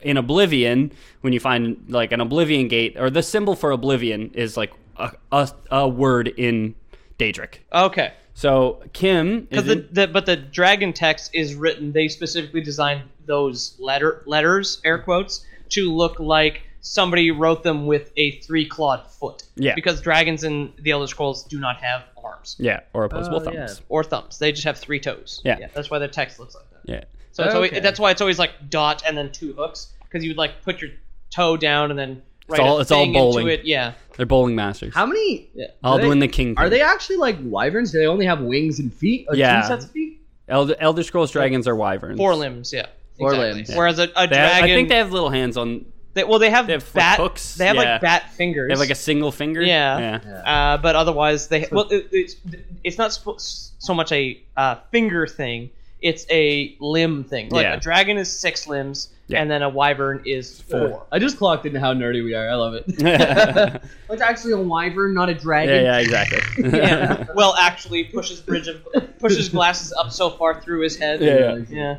A: in Oblivion when you find like an Oblivion gate or the symbol for Oblivion is like a a, a word in Daedric.
B: Okay.
A: So Kim is
B: Because the,
A: in-
B: the but the dragon text is written. They specifically designed those letter letters, air quotes, to look like somebody wrote them with a three clawed foot.
A: Yeah.
B: Because dragons in the Elder Scrolls do not have arms
A: yeah or opposable
C: Oh, yeah.
A: thumbs.
B: or thumbs. They just have three toes.
A: Yeah.
B: that's why their text looks like that.
A: Yeah.
B: So it's always,
C: Okay.
B: that's why it's always like dot and then two hooks because you would like put your toe down and then write
A: all-
B: a
A: it's all
B: thing into
A: bowling.
B: it. Yeah,
A: they're bowling masters.
C: How many? Yeah.
A: Alduin the King.
C: Are they actually like wyverns? Do they only have wings and feet? Or
A: Yeah.
C: Two sets of feet?
A: Elder, Elder Scrolls dragons are wyverns?
B: four limbs. Yeah,
C: Four
B: exactly.
C: limbs.
B: Whereas a, a
A: They have-
B: dragon,
A: I think they have little hands on.
B: they- well, they have,
A: they have foot
B: bat
A: hooks,
B: They have
A: yeah.
B: like bat fingers.
A: They have like a single finger.
B: Yeah. uh, but otherwise they well it, it's it's not sp- so much a uh, finger thing. It's a limb thing. Like
A: Yeah.
B: a dragon is six limbs,
A: Yeah.
B: and then a wyvern is four.
C: I just clocked into how nerdy we are. I love it.
A: yeah.
C: It's actually a wyvern, not a dragon.
A: yeah, yeah, exactly.
B: Yeah. well, actually, pushes bridge of, pushes glasses up so far through his head.
A: Yeah,
B: yeah.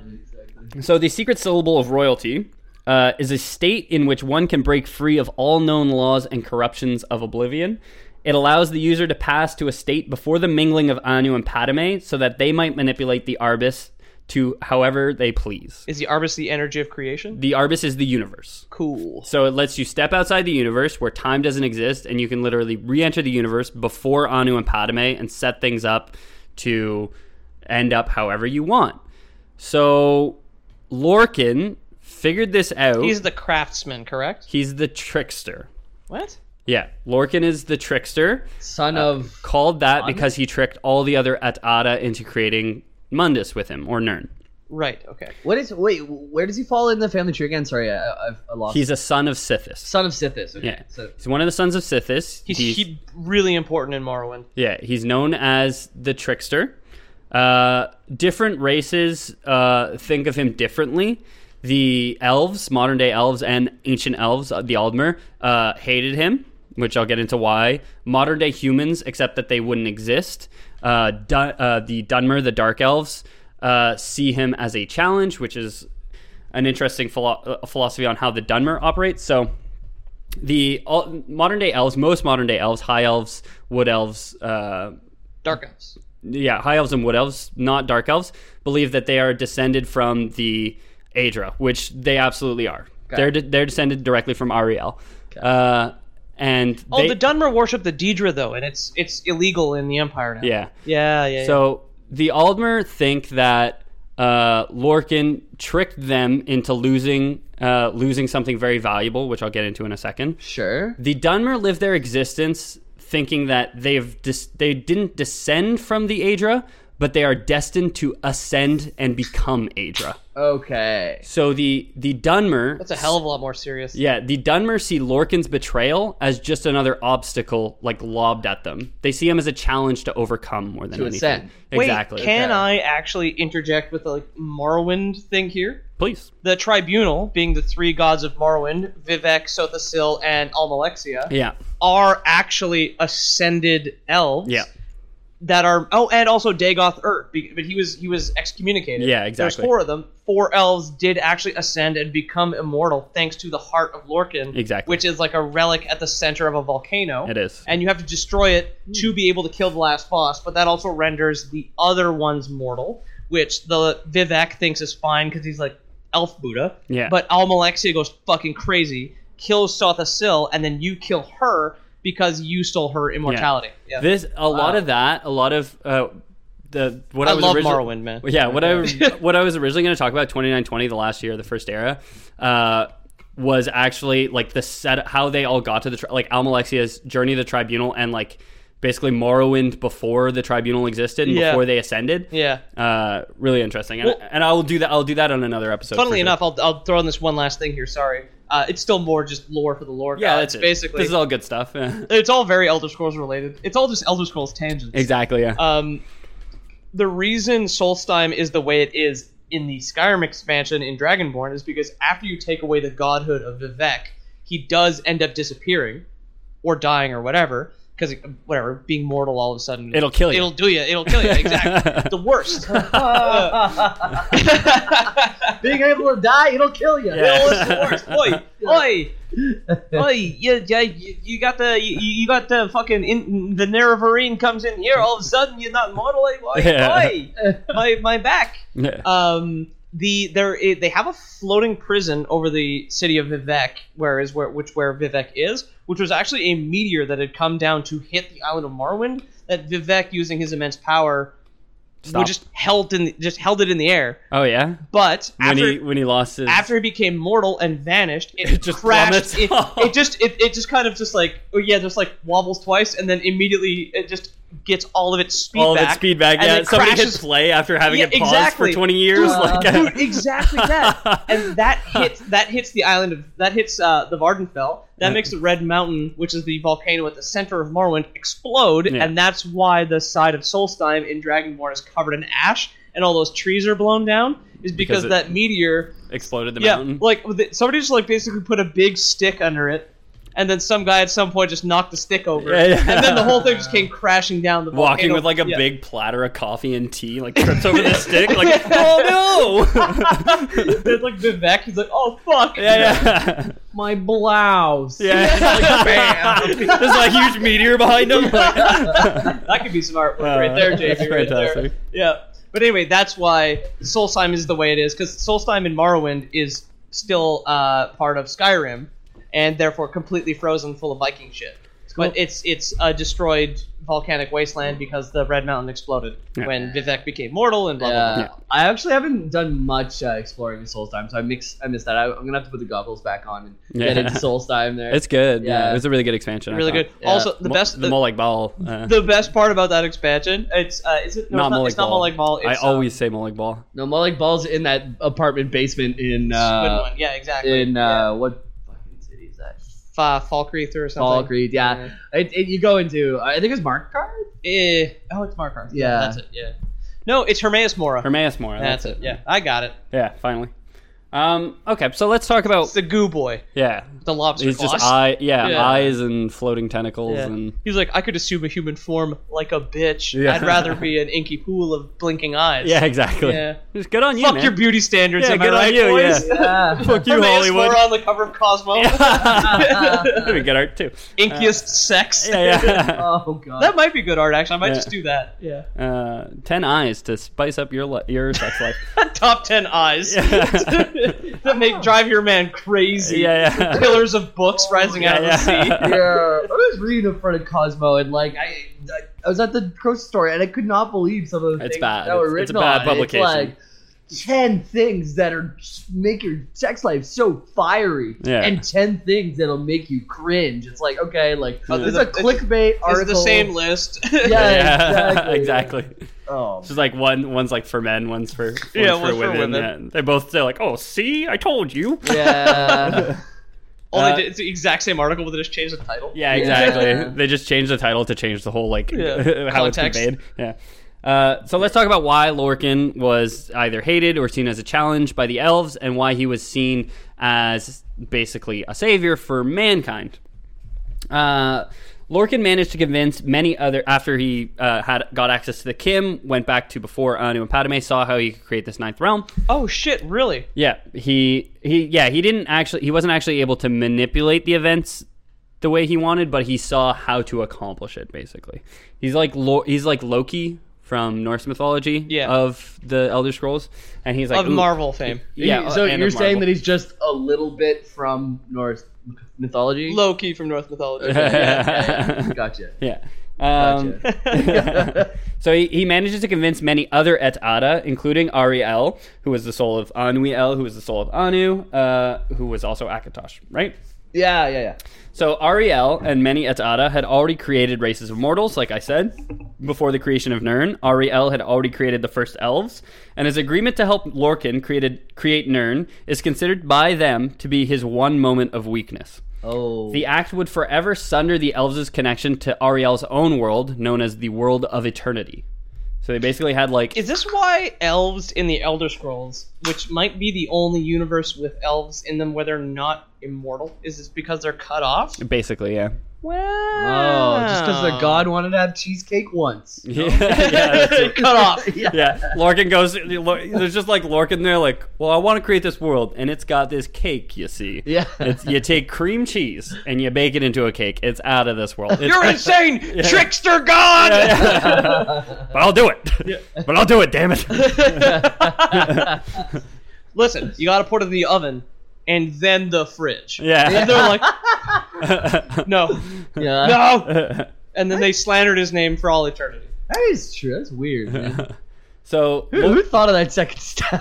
A: So the secret syllable of royalty uh, is a state in which one can break free of all known laws and corruptions of oblivion. It allows the user to pass to a state before the mingling of Anu and Padme, so that they might manipulate the Arbis to however they please.
B: Is the Arbus the energy of creation?
A: The Arbis is the universe.
B: Cool.
A: So it lets you step outside the universe where time doesn't exist, and you can literally re-enter the universe before Anu and Padme and set things up to end up however you want. So Lorkin figured this out.
B: He's the craftsman, correct?
A: He's the trickster.
B: What?
A: Yeah, Lorkin is the trickster.
C: Son of.
A: Called that because he tricked all the other At'ada into creating Mundus with him or Nern.
B: Right. Okay.
C: What is. Wait, where does he fall in the family tree again? Sorry, I, I've I lost.
A: He's a son of Sithis.
C: son of Sithis. Okay.
A: Yeah.
C: So,
A: He's one of the sons of Sithis.
B: He's, he really important in Morrowind.
A: Yeah, he's known as the trickster. Uh, different races uh, think of him differently. The elves, modern day elves, and ancient elves, uh, the Aldmer, uh, hated him, which I'll get into why. Modern day humans, except that they wouldn't exist. Uh, Dun- uh, the Dunmer, the dark elves, uh, see him as a challenge, which is an interesting philo- uh, philosophy on how the Dunmer operates. So the all, modern day elves, most modern day elves, high elves, wood elves, uh,
B: Dark elves.
A: yeah, high elves and wood elves, not dark elves, believe that they are descended from the Aedra, which they absolutely are. They're de- they're descended directly from Ariel, uh, and
B: Oh,
A: they,
B: the Dunmer worship the Deidre though, and it's it's illegal in the Empire now.
A: yeah.
B: Yeah, yeah. yeah.
A: So the Aldmer think that uh, Lorcan tricked them into losing uh, losing something very valuable, which I'll get into in a second.
C: Sure.
A: The Dunmer live their existence thinking that they've dis- they didn't descend from the Aedra, but they are destined to ascend and become Aedra.
C: Okay.
A: So the the Dunmer
B: That's a hell of a lot more serious.
A: yeah, the Dunmer see Lorcan's betrayal as just another obstacle like lobbed at them. They see him as a challenge to overcome more than
C: To
A: anything.
C: ascend.
B: Wait,
A: Exactly.
B: can I actually interject with a like, Morrowind thing here?
A: Please.
B: The Tribunal, being the three gods of Morrowind, Vivek, Sothasil, and Almalexia,
A: Yeah.
B: are actually ascended elves.
A: Yeah.
B: That are oh, and also Dagoth Urt, be- but he was he was excommunicated.
A: Yeah,
B: There's
A: exactly.
B: four of them. Four elves did actually ascend and become immortal thanks to the heart of Lorcan,
A: Exactly.
B: which is like a relic at the center of a volcano.
A: It is.
B: and you have to destroy it to be able to kill the last boss. But that also renders the other ones mortal, which the Vivek thinks is fine because he's like elf Buddha.
A: Yeah.
B: But Almalexia goes fucking crazy, kills Sothasil, and then you kill her because you stole her immortality. Yeah.
A: This a lot of that, a lot of uh, the what I,
B: I,
A: was
B: love
A: origi-
B: Morrowind, man.
A: Yeah, what I what I was originally going to talk about 2920 the last year of the first era uh, was actually like the set how they all got to the tri- like Almalexia's journey to the tribunal and like basically Morrowind before the tribunal existed and
B: Yeah.
A: before they ascended.
B: Yeah.
A: Uh, really interesting. And,
B: Well-
A: and I'll do that I'll do that on another episode. for
B: Funnily
A: sure.
B: enough, I'll, I'll throw in this one last thing here. Sorry. Uh, it's still more just lore for the lore.
A: yeah,
B: gods,
A: that's it.
B: uh, basically.
A: This is all good stuff.
B: it's all very Elder Scrolls related. It's all just Elder Scrolls tangents.
A: exactly, yeah.
B: um, the reason Solstheim is the way it is in the Skyrim expansion in Dragonborn is because after you take away the godhood of Vivek, he does end up disappearing or dying or whatever. Because whatever, being mortal all of a sudden
A: It'll kill you.
B: It'll do you. It'll kill you. Exactly. the worst. Uh,
C: Being able to die, it'll kill you.
A: Yeah.
B: Well, it's the worst. Oi, oi, oi! You, you, you got the you, you got the fucking in, the Nerevarine comes in here. All of a sudden, you're not mortal. eh? Oi,
A: Yeah.
B: oi! My my back. Um, the there i- they have a floating prison over the city of Vivek, where is where which where Vivek is, which was actually a meteor that had come down to hit the island of Morrowind. That Vivek, using his immense power,
A: Stop.
B: would just held in the, just held it in the air.
A: oh yeah.
B: But
A: When
B: after
A: he when he lost his
B: after he became mortal and vanished, it,
A: It just plummets
B: crashed. It,
A: off.
B: it just it, it just kind of just like oh yeah, just like wobbles twice, and then immediately it just gets all of its speed
A: all
B: back.
A: of its speed back.
B: and
A: Yeah,
B: then
A: somebody
B: crashes-
A: hits play after having
B: Yeah,
A: it paused
B: exactly.
A: for twenty years.
B: Dude,
A: like,
B: dude, exactly that, and that hits that hits the island of that hits uh, the Vardenfell. That makes the Red Mountain, which is the volcano at the center of Morrowind, explode,
A: Yeah.
B: and that's why the side of Solstheim in Dragonborn is covered in ash, and all those trees are blown down. Is because,
A: Because it-
B: that meteor
A: exploded the
B: yeah,
A: mountain.
B: like with it- somebody just like basically put a big stick under it, and then some guy at some point just knocked the stick over,
A: Yeah, yeah.
B: and then the whole thing just came crashing down the
A: Walking
B: volcano.
A: with like a
B: Yeah.
A: big platter of coffee and tea, like trips over the stick, like oh no,
B: It's like Vivek, he's like, oh fuck,
A: yeah,
C: My blouse.
A: yeah, yeah. Like, bam. There's like a huge meteor behind him. Like,
B: that could be some artwork
A: Wow,
B: right there, JP.
A: Oh, that's
B: right there.
A: fantastic.
B: Yeah, but anyway, that's why Solstheim is the way it is because Solstheim in Morrowind is still uh, part of Skyrim, and therefore completely frozen, full of Viking shit. But it's it's a destroyed volcanic wasteland because the Red Mountain exploded
A: Yeah.
B: when Vivek became mortal and blah blah. blah.
C: Yeah. I actually haven't done much uh, exploring in Soul's Time, so I mix I missed that. I, I'm gonna have to put the goggles back on and get
A: Yeah.
C: into Soul's Time there.
A: it's good. Yeah.
C: Yeah.
A: it was a really good expansion. I
B: Really
A: thought.
B: good.
C: Yeah.
B: Also, the
A: Mo-
B: best
A: the
B: the,
A: Molag Ball. Uh,
B: the best part about that expansion it's uh, is it no,
A: not
B: it's
A: Molag
B: not, it's not
A: Ball.
B: Molag Mall.
A: I
B: It's, uh,
A: always say Molag Ball.
C: no more like balls in that apartment basement in uh,
B: Squidward. Yeah, exactly.
C: in uh,
B: yeah.
C: what fucking city is that?
B: Fa- Falkreath or something.
C: Fall Creek. Yeah, It, it, you go into I think it's Mark Card.
B: Eh, oh, it's Markarth.
C: Yeah.
B: that's it. Yeah. No, it's Hermaeus Mora.
A: Hermaeus Mora.
B: That's, it. Yeah, I got it.
A: Yeah, finally. Um, okay, so let's talk about
B: It's the goo boy,
A: yeah.
B: the lobster.
A: He's just
B: claws.
A: eye, yeah,
B: Yeah.
A: eyes and floating tentacles
B: Yeah.
A: and
B: He's like, I could assume a human form like a bitch.
A: Yeah.
B: I'd rather be an inky pool of blinking eyes.
A: yeah, exactly.
B: Yeah.
A: Just good on you,
B: Fuck
A: man.
B: your beauty standards.
A: Yeah,
B: am I
A: good on
B: right,
A: you,
B: boys?
A: Fuck you,
B: Hermaeus
A: Hollywood.
B: Mora on the cover of Cosmo.
A: we get art too. Uh,
B: Inkiest sex.
A: Yeah, yeah.
C: Oh god.
B: That might be good art, actually. I might
A: Yeah.
B: just do that. Yeah.
A: Uh, ten eyes to spice up your li- your sex life.
B: Top ten eyes that make drive your man crazy.
A: yeah, yeah.
B: Pillars of books rising out
A: Yeah,
B: of the sea.
A: yeah.
C: yeah, I was reading in front of Cosmo, and like I, I, I was at the grocery store, and I could not believe some of the
A: It's
C: things
A: bad.
C: that were
A: It's- it's
C: written
A: a bad
C: on it.
A: publication.
C: It's like ten things that are make your sex life so fiery,
A: Yeah.
C: and ten things that'll make you cringe. It's like okay, like
B: Oh,
C: this is
B: the-
C: a clickbait
B: It's
C: article.
B: the same list.
C: Yeah,
A: Yeah,
C: exactly.
A: exactly.
C: Oh,
A: It's just like one one's like for men, one's for one's
B: Yeah,
A: for,
B: one's for
A: women.
B: women.
A: yeah. They both they're like, oh, see, I told you.
C: yeah.
B: All
A: Uh,
B: they did, it's the exact same article, but they just changed the title.
A: Yeah,
C: Yeah.
A: exactly.
C: Yeah.
A: They just changed the title to change the whole like
B: Yeah.
A: how it's
B: Context.
A: conveyed. Yeah. Uh, so let's talk about why Lorcan was either hated or seen as a challenge by the elves, and why he was seen as basically a savior for mankind. Uh, Lorcan managed to convince many other after he uh, had got access to the Kim, went back to before Anu and Padme saw how he could create this ninth realm.
B: Oh shit! Really?
A: Yeah, he he yeah, he didn't actually he wasn't actually able to manipulate the events the way he wanted, but he saw how to accomplish it basically. He's like Lo- he's like Loki from Norse mythology
B: Yeah.
A: of the Elder Scrolls and he's like
B: of
A: ooh,
B: Marvel fame.
A: Yeah,
C: so
A: and of
C: you're saying
A: Marvel.
C: that he's just a little bit from Norse mythology?
B: Loki from North mythology.
C: Gotcha.
A: Yeah. Um, so he, he manages to convince many other Et Ada, including Ariel, who was the soul of Anuiel, who was the soul of Anu, uh, who was also Akatosh, right?
C: Yeah, yeah, yeah.
A: So Ariel and many Etata had already created races of mortals, like I said, before the creation of Nern. Ariel had already created the first elves, and his agreement to help Lorcan created, create Nern is considered by them to be his one moment of weakness.
C: Oh,
A: The act would forever sunder the elves' connection to Ariel's own world, known as the World of Eternity. So they basically had like
B: Is this why elves in the Elder Scrolls, which might be the only universe with elves in them where they're not immortal, is this because they're cut
A: Oh,
B: off?
A: basically yeah.
B: Wow.
C: oh, just because
A: Ah.
C: the god wanted to have cheesecake once.
A: yeah, that's it.
B: cut off.
A: yeah, Lorcan goes. There's just like Lorcan there, like, well, I want to create this world, and it's got this cake, you see.
C: Yeah.
A: It's, you take cream cheese and you bake it into a cake. It's out of this world. It's-
B: You're insane, trickster god.
A: but I'll do it. but I'll do it. Damn it.
B: Listen, you got to put it in the oven, and then the fridge. And
A: Yeah.
B: they're like, no,
C: Yeah.
B: no, and then they slandered his name for all eternity.
C: That is true. That's weird. Man.
A: So
C: Who, who thought of that second step?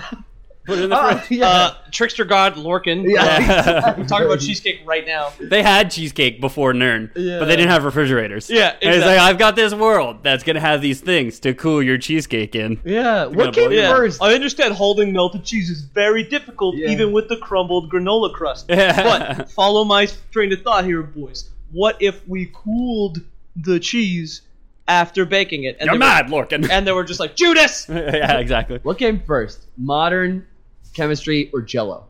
A: put it in the
C: Oh,
A: fridge.
C: yeah.
B: Uh, trickster god Lorcan.
C: Yeah.
B: I'm talking about cheesecake right now.
A: they had cheesecake before Nern, but they didn't have refrigerators.
B: Yeah,
A: And he's
B: exactly.
A: like, I've got this world that's gonna have these things to cool your cheesecake in.
C: yeah.
A: gonna
C: What came
A: blow you.
C: first?
B: I understand holding melted cheese is very difficult,
C: Yeah.
B: even with the crumbled granola crust.
A: Yeah.
B: But follow my train of thought here, boys. What if we cooled the cheese after baking it? And
A: You're
B: they
A: mad,
B: Were,
A: Lorcan.
B: and they were just like, Judas!
A: yeah, exactly.
C: What came first? Modern chemistry or Jello?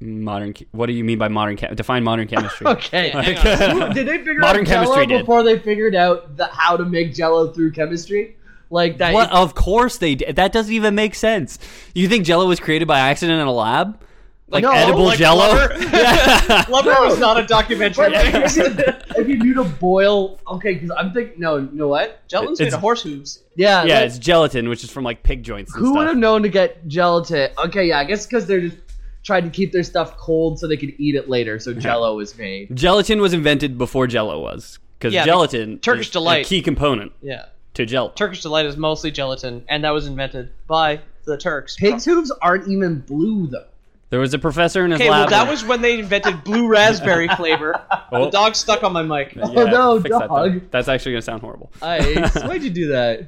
A: Modern. che- What do you mean by modern? Chem- define modern chemistry.
C: Okay.
B: Hang on.
C: Who- did they figure
A: Modern
C: out Jello
A: chemistry did.
C: before they figured out the, how to make Jello through chemistry? Like that?
A: What? Of course they did. That doesn't even make sense. You think Jello was created by accident in a lab? Like
C: No,
A: edible
B: like
A: Jello?
B: rubber?
A: yeah.
B: Lover was not a documentary.
C: But like, if, you, if you knew to boil, okay, because I'm thinking, no, you know what?
B: Jello's made
A: It's-
B: of horse hooves.
C: Yeah,
A: yeah,
C: like,
A: it's gelatin, which is from like pig joints. And
C: Who would
A: stuff.
C: have known to get gelatin? Okay, yeah, I guess because they're just trying to keep their stuff cold so they could eat it later. So Jello was made.
A: Gelatin was invented before Jello was, because
B: Yeah,
A: gelatin
B: Turkish
A: is
B: delight.
A: a key component
B: Yeah.
A: to gel.
B: Turkish delight is mostly gelatin, and that was invented by the Turks.
C: Pig's hooves aren't even blue though.
A: there was a professor in his
B: Okay, well,
A: lab.
B: that was when they invented blue raspberry flavor.
A: Oh.
B: The dog stuck on my mic.
A: Yeah,
C: Oh, no,
A: fix that then.
C: dog.
A: That's actually gonna sound horrible.
C: Ice. Why'd you do that?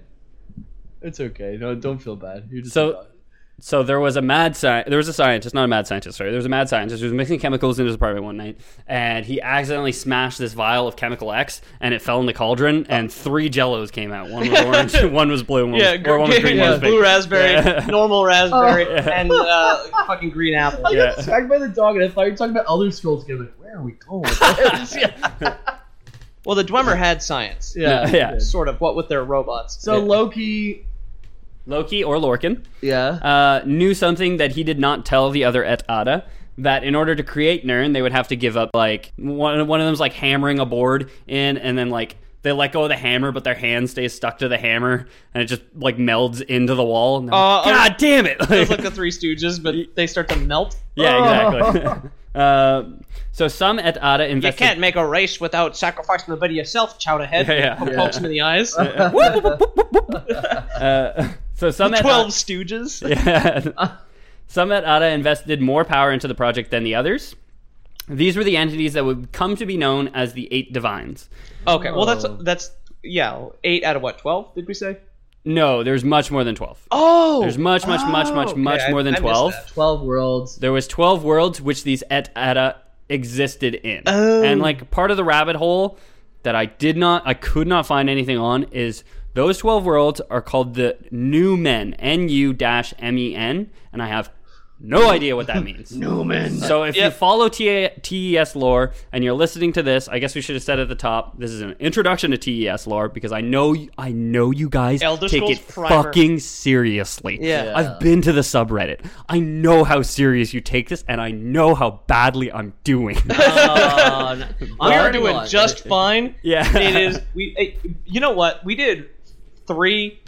C: It's okay. No, don't feel bad. You're just
A: So, so there was a mad sci- there was a scientist, not a mad scientist, sorry. There was a mad scientist who was mixing chemicals in his apartment one night, and he accidentally smashed this vial of chemical X, and it fell in the cauldron,
B: Oh.
A: and three Jellos came out. One was orange, one was blue, and one,
B: Yeah,
A: was, or one was green,
B: yeah,
A: one was pink.
B: blue raspberry,
A: Yeah.
B: normal raspberry,
A: Oh.
B: and uh, fucking green apple.
C: I
A: Yeah.
C: got distracted by the dog, and I thought you were talking about Elder Scrolls. Game. Like, where are we going? with this? yeah.
B: Well, the Dwemer had science,
C: yeah.
A: Yeah.
B: sort of. What with their robots.
C: So
A: Yeah.
C: Loki.
A: Loki or Lorcan
C: Yeah.
A: uh, knew something that he did not tell the other Et Ada. That in order to create Nern, they would have to give up like one. One of them's like hammering a board in, and then like they let go of the hammer, but their hand stays stuck to the hammer, and it just like melds into the wall. And they're like,
B: Uh,
A: God damn it!
B: it was like the Three Stooges, but they start to melt.
A: yeah, exactly. uh, so some Et Ada
B: You
A: invested.
B: can't make a race without sacrificing the bit of yourself, chowderhead.
A: Yeah, yeah.
B: Poke-
A: Yeah.
B: Pokes him in the eyes.
A: Uh, so some Et
B: Twelve
A: Ada,
B: Stooges.
A: Yeah. some Et Ada invested more power into the project than the others. These were the entities that would come to be known as the Eight Divines.
B: Okay, well that's
C: Oh.
B: that's yeah, eight out of what twelve did we say?
A: No, there's much more than 12.
B: Oh,
A: There's much, much, much, much,
B: okay,
A: much
B: Oh. I-
A: more than
B: I missed
A: 12.
B: that.
C: Twelve worlds.
A: There was 12 worlds which these et ada existed in.
B: Oh.
A: And like part of the rabbit hole that I did not I could not find anything on is those 12 worlds are called the new men, N U dash M E N, and I have no idea what that means.
C: Newman.
A: So if you
B: Yep.
A: follow TA TES lore and you're listening to this, I guess we should have said at the top, this is an introduction to TES lore because I know y- I know you guys
B: Elder
A: take
B: Scrolls
A: it
B: primer.
A: fucking seriously.
B: Yeah.
A: I've been to the subreddit. I know how serious you take this and I know how badly I'm doing.
B: Oh, We are doing just fine.
A: Yeah.
B: it is. We, eh, you know what? We did three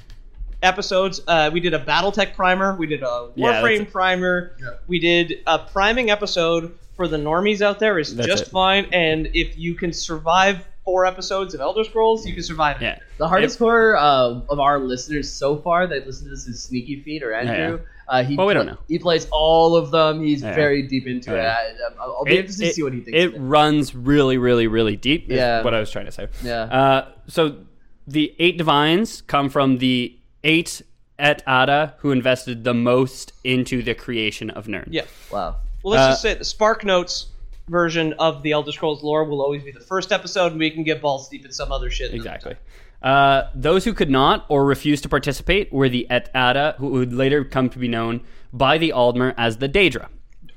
B: episodes. Uh, we did a BattleTech primer. We did a
A: Yeah,
B: Warframe
A: that's
B: primer.
D: Yeah.
B: We did a priming episode for the normies out there. Is
A: That's
B: just
A: it.
B: fine. And if you can survive four episodes of Elder Scrolls, you can survive.
A: yeah.
C: The hardest core uh, of our listeners so far that listen to this is Sneaky Feet or Andrew. Uh, he
A: Well, we
C: pla-
A: don't know.
C: He plays all of them. He's
A: Yeah.
C: very deep into
A: Yeah.
C: it. I, I'll be interested to see what he thinks.
A: It
C: of it.
A: runs really, really, really deep. Yeah.
C: Yeah.
A: Is what I was trying to say.
C: Yeah.
A: Uh, so the eight divines come from the eight et ada who invested the most into the creation of Nern.
B: Yeah.
C: wow.
B: Well,
A: Uh,
B: let's just say the Spark Notes version of the Elder Scrolls lore will always be the first episode, and we can get balls deep in some other shit.
A: Exactly. Uh, those who could not or refused to participate were the et ada who would later come to be known by the Aldmer as the Daedra.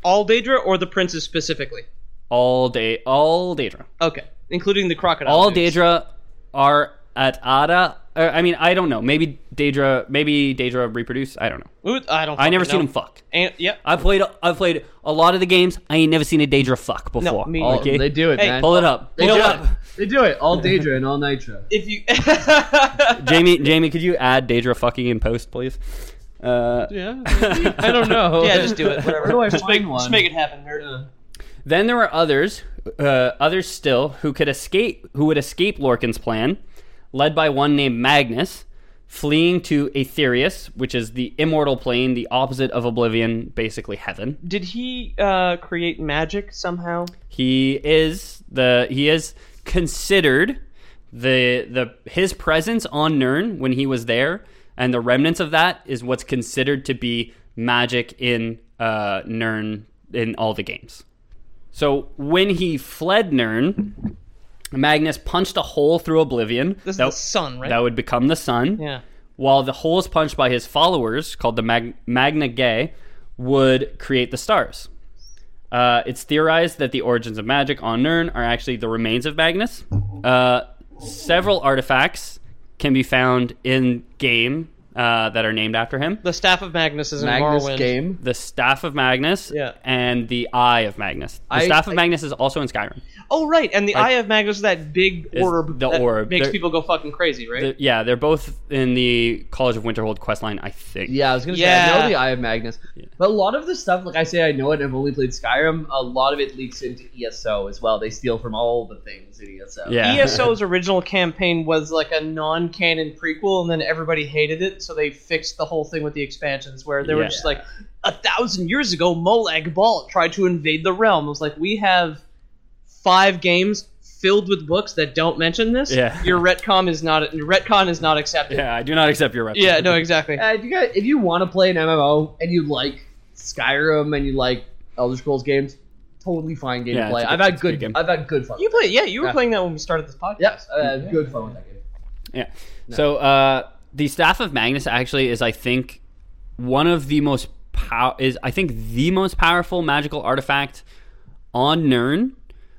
B: All Daedra or the princes specifically.
A: All day, all Daedra.
B: Okay, including the crocodile.
A: all
B: dudes.
A: Daedra are at Ada. Or, I mean, I don't know. Maybe Daedra. Maybe Daedra reproduce. I don't know.
B: Ooh, I don't.
A: I never
B: fucking
A: seen
B: know.
A: them fuck.
B: And, yeah.
A: I played. I played a lot of the games. I ain't never seen a Daedra fuck before.
B: me
C: All,
A: okay,
C: They do it,
B: Hey,
C: man.
A: pull it up.
C: They
A: Pull
C: do
A: it
C: it.
A: up.
C: They do it all Daedra and all Nitro.
B: If you.
A: Jamie, Jamie, could you add Daedra fucking in post, please? Uh,
C: Yeah.
A: I don't know.
B: yeah, just do it. Whatever. Uh,
C: Where do I
B: just, make,
C: find one?
B: just make it happen, nerd.
A: Then there were others, uh, others still, who could escape, who would escape Lorcan's plan, led by one named Magnus, fleeing to Aetherius, which is the immortal plane, the opposite of Oblivion, basically heaven.
B: Did he uh, create magic somehow?
A: He is the he is considered the the his presence on Nern when he was there, and the remnants of that is what's considered to be magic in uh, Nern in all the games. So when he fled Nern, Magnus punched a hole through Oblivion.
B: This
A: that,
B: is the sun, right?
A: that would become the sun.
B: yeah.
A: While the holes punched by his followers, called the Mag- Magna Gae, would create the stars. Uh, it's theorized that the origins of magic on Nern are actually the remains of Magnus. Uh, several artifacts can be found in game uh, that are named after him.
B: The staff of Magnus is in
C: Magnus
B: Morrowind.
C: game.
A: The staff of Magnus
B: Yeah.
A: and the eye of Magnus. The
C: I-
A: staff of
C: I-
A: Magnus is also in Skyrim.
B: Oh right, and the
A: Like-
B: eye of Magnus is that big
A: Is
B: orb.
A: the
B: that
A: orb.
B: makes
A: There-
B: people go fucking crazy, right?
A: The- yeah, they're both in the College of Winterhold questline, I think.
C: Yeah, I was gonna say I
B: Yeah.
C: know the Eye of Magnus, but a lot of the stuff, like I say, I know it. I've only played Skyrim. A lot of it leaks into ESO as well. They steal from all the things in E ESO.
A: Yeah.
B: ESO's E original campaign was like a non-canon prequel, and then everybody hated it, so they fixed the whole thing with the expansions, where they were
A: Yeah.
B: just like, a thousand years ago, Molag Ball tried to invade the realm. It was like we have five games, filled with books that don't mention this,
A: Yeah.
B: your retcon is not your retcon is not accepted.
A: Yeah, I do not accept your reference.
B: Yeah, no, exactly.
C: Uh, if you got, if you want to play an MMO and you like Skyrim and you like Elder Scrolls games, totally fine game
A: Yeah,
C: to play.
A: it's a-
C: I've had
A: it's a good
C: good,
A: game.
C: I've had good fun.
B: You play, yeah, you were
C: Yeah.
B: playing that when we started this podcast. Uh,
C: Yep, I had good fun with that game.
A: Yeah. So uh, the staff of Magnus actually is, I think, one of the most pow- is I think the most powerful magical artifact on Nern.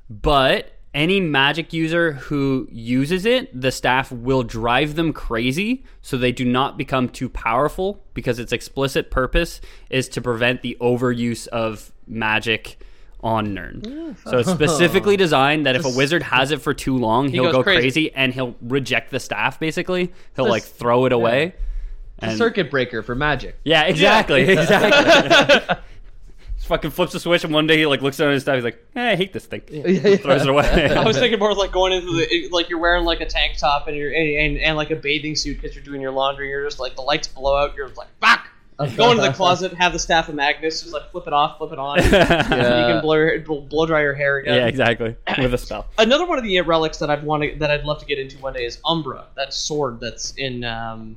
A: But any magic user who uses it, the staff will drive them crazy, so they do not become too powerful because its explicit purpose is to prevent the overuse of magic on Nern. so it's specifically designed that if a wizard has it for too long, he'll
B: goes
A: go
B: crazy.
A: crazy and he'll reject the staff basically. He'll like throw it away. And-
C: Circuit breaker for magic.
A: yeah, exactly, exactly. Just fucking flips the switch and one day he like looks down at his staff. He's like, eh, I hate this thing. Throws it away.
B: I was thinking more of like going into the like you're wearing like a tank top and you're and, and, and like a bathing suit because you're doing your laundry. You're just like the lights blow out. You're like fuck. Go into the closet, have the staff of Magnus, just like flip it off, flip it on.
A: yeah.
B: You can blow your, bl- blow dry your hair again.
A: exactly. With a spell.
B: Another one of the uh, relics that I've wanted that I'd love to get into one day is Umbra, that sword that's in um,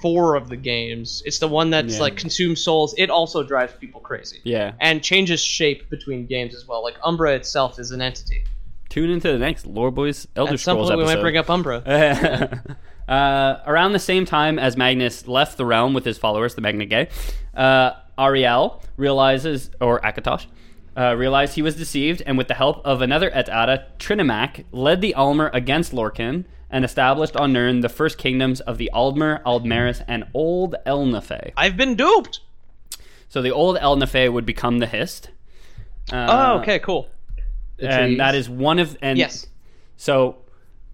B: four of the games. It's the one that's
A: Yeah.
B: like consumes souls. It also drives people crazy
A: Yeah.
B: and changes shape between games as well. Like Umbra itself is an entity.
A: Tune into the next Lore Boys Elder
B: At some
A: Scrolls
B: point, we might
A: episode.
B: bring up Umbra.
A: uh, around the same time as Magnus left the realm with his followers, the Magnagae, uh, Ariel realizes, or Akatosh, uh, realized he was deceived, and with the help of another Etata, Trinimac, led the Almer against Lorcan and established on Nirn the first kingdoms of the Aldmer, Aldmeris, and Old Elnafe.
B: I've been duped.
A: So the Old Elnafe would become the Hist. Uh,
B: Oh, okay, cool.
A: and
C: trees.
A: that is one of and
B: Yes,
A: So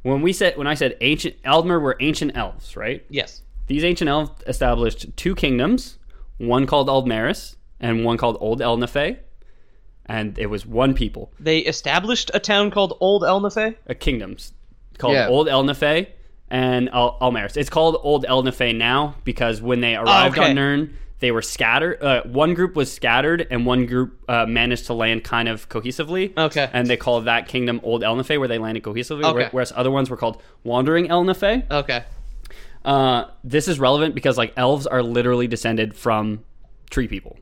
A: when we said when I said ancient Aldmer were ancient elves, right?
B: yes.
A: These ancient elves established two kingdoms, one called Aldmeris and one called Old Elnafe, and it was one people,
B: They established a town called Old Elnafe.
A: a kingdoms called
C: Yeah.
A: Old Elnafe and Al- Almeris. It's called Old Elnafe now because when they arrived
B: Oh, okay.
A: on Nern, they were scattered. Uh, one group was scattered, and one group uh, managed to land kind of cohesively.
B: Okay.
A: and they called that kingdom Old Elnafe, where they landed cohesively.
B: Okay.
A: Whereas other ones were called Wandering Elnafe.
B: Okay.
A: Uh, this is relevant because like elves are literally descended from tree people.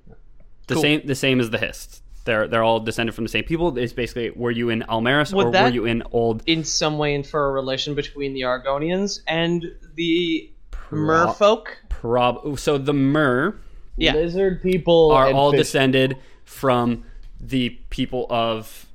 A: The same the same as the Hists. They're they're all descended from the same people. It's basically were you in Almeris
B: Would
A: or were
B: that-
A: you in old
B: In some way, infer a relation between the Argonians and the merfolk.
A: prob so the Mer
B: Yeah.
C: Lizard people
A: are
C: and
A: all
C: fish.
A: descended from the people of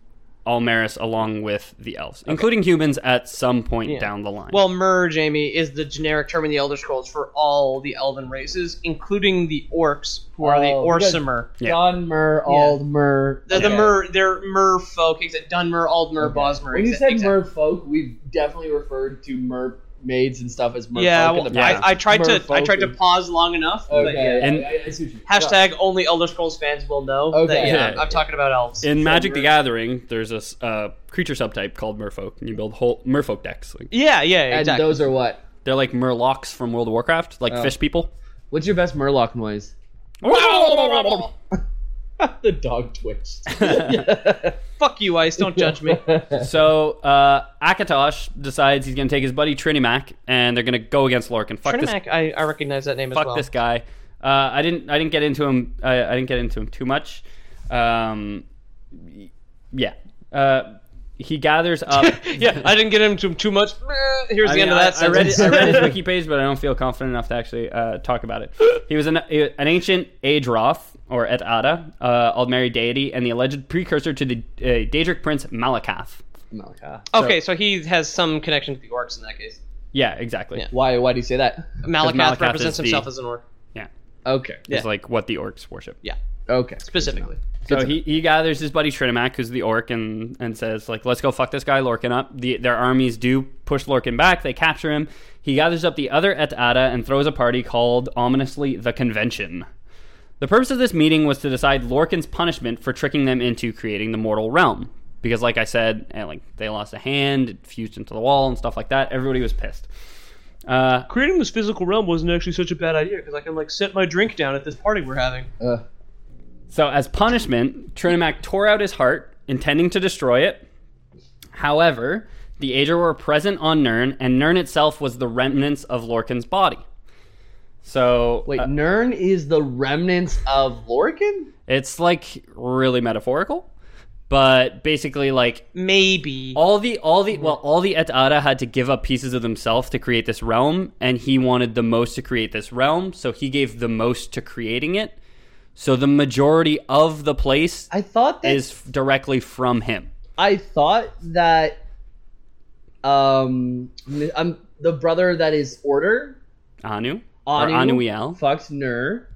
A: Almeris along with the elves, including humans at some point down the line.
B: Well, Mer, Jamie, is the generic term in the Elder Scrolls for all the Elven races, including the Orcs, who are the
C: Oh, because-
B: Orsimer.
A: Yeah.
C: John Mur, Ald Mur.
B: They're the Mer, they're Mer folk, except Dunmer, Aldmer, Bosmer.
C: When you
B: except-
C: said
B: except-
C: mer folk, we've definitely referred to mermaids and stuff as merfolk
B: yeah,
C: in the
B: well,
C: past.
B: I, I tried to, I tried to
C: Merfolk.
B: pause long enough. but
C: Okay,
A: And-
C: I, I see what you mean.
B: Hashtag only Elder Scrolls fans will know. that,
C: Okay.
B: yeah,
A: Yeah.
B: I'm talking about elves.
A: in Magic the Gathering, there's a s- uh, creature subtype called Merfolk, and you build whole Merfolk decks. Like,
B: yeah, yeah,
C: And
B: exactly.
C: those are what?
A: they're like Murlocs from World of Warcraft, like fish people.
C: What's your best Murloc noise? the dog twitched.
B: Fuck you, Ice. Don't judge me.
A: so uh, Akatosh decides he's going to take his buddy Trinimac, and they're going to go against Lorcan. Fuck this,
B: Trinimac, I, I recognize that name as
A: fuck
B: well.
A: this guy. Uh, I didn't, I didn't get into him. I, I didn't get into him too much. Um, y- yeah, uh, he gathers up.
B: Yeah, I didn't get into him too much. Here's
A: I
B: the
A: mean,
B: end of
A: I-
B: that
A: I, read
B: sentence.
A: it- I read his wiki page, but I don't feel confident enough to actually uh, talk about it. He was an, an ancient Aedroth, or Et Ada, uh, Aldmeri deity, and the alleged precursor to the uh, Daedric prince Malakath.
C: Malakath.
B: Okay, so he has some connection to the orcs in that case.
A: Yeah, exactly.
B: Yeah.
C: Why? Why do you say that?
B: Malakath,
A: Malakath is
B: represents
A: the-
B: himself as an orc.
A: Yeah.
C: Okay.
A: It's like what the orcs worship.
B: Yeah,
C: Okay.
B: specifically.
A: So he, he gathers his buddy Trinimac, who's the orc, and, and says, like, let's go fuck this guy, Lorcan up. The, their armies do push Lorcan back. They capture him. He gathers up the other Et Ada and throws a party called, ominously, the Convention. The purpose of this meeting was to decide Lorcan's punishment for tricking them into creating the mortal realm. Because, like I said, and, like they lost a hand, it fused into the wall, and stuff like that. Everybody was pissed. Uh,
B: Creating this physical realm wasn't actually such a bad idea because I can like set my drink down at this party we're having.
C: Uh,
A: So, as punishment, Trinimac tore out his heart, intending to destroy it. However, the Ager were present on Nern, and Nern itself was the remnants of Lorcan's body. So
C: Wait,
A: uh,
C: Nern is the remnants of Lorcan?
A: it's like really metaphorical, but basically like
B: Maybe.
A: all the all the well all the Etata had to give up pieces of themselves to create this realm, and he wanted the most to create this realm, so he gave the most to creating it. So the majority of the place
C: I thought that
A: is f- directly from him.
C: I thought that um I'm the brother that is order
A: Anu
C: Anu,
A: or Anuiel.
C: fucks Nur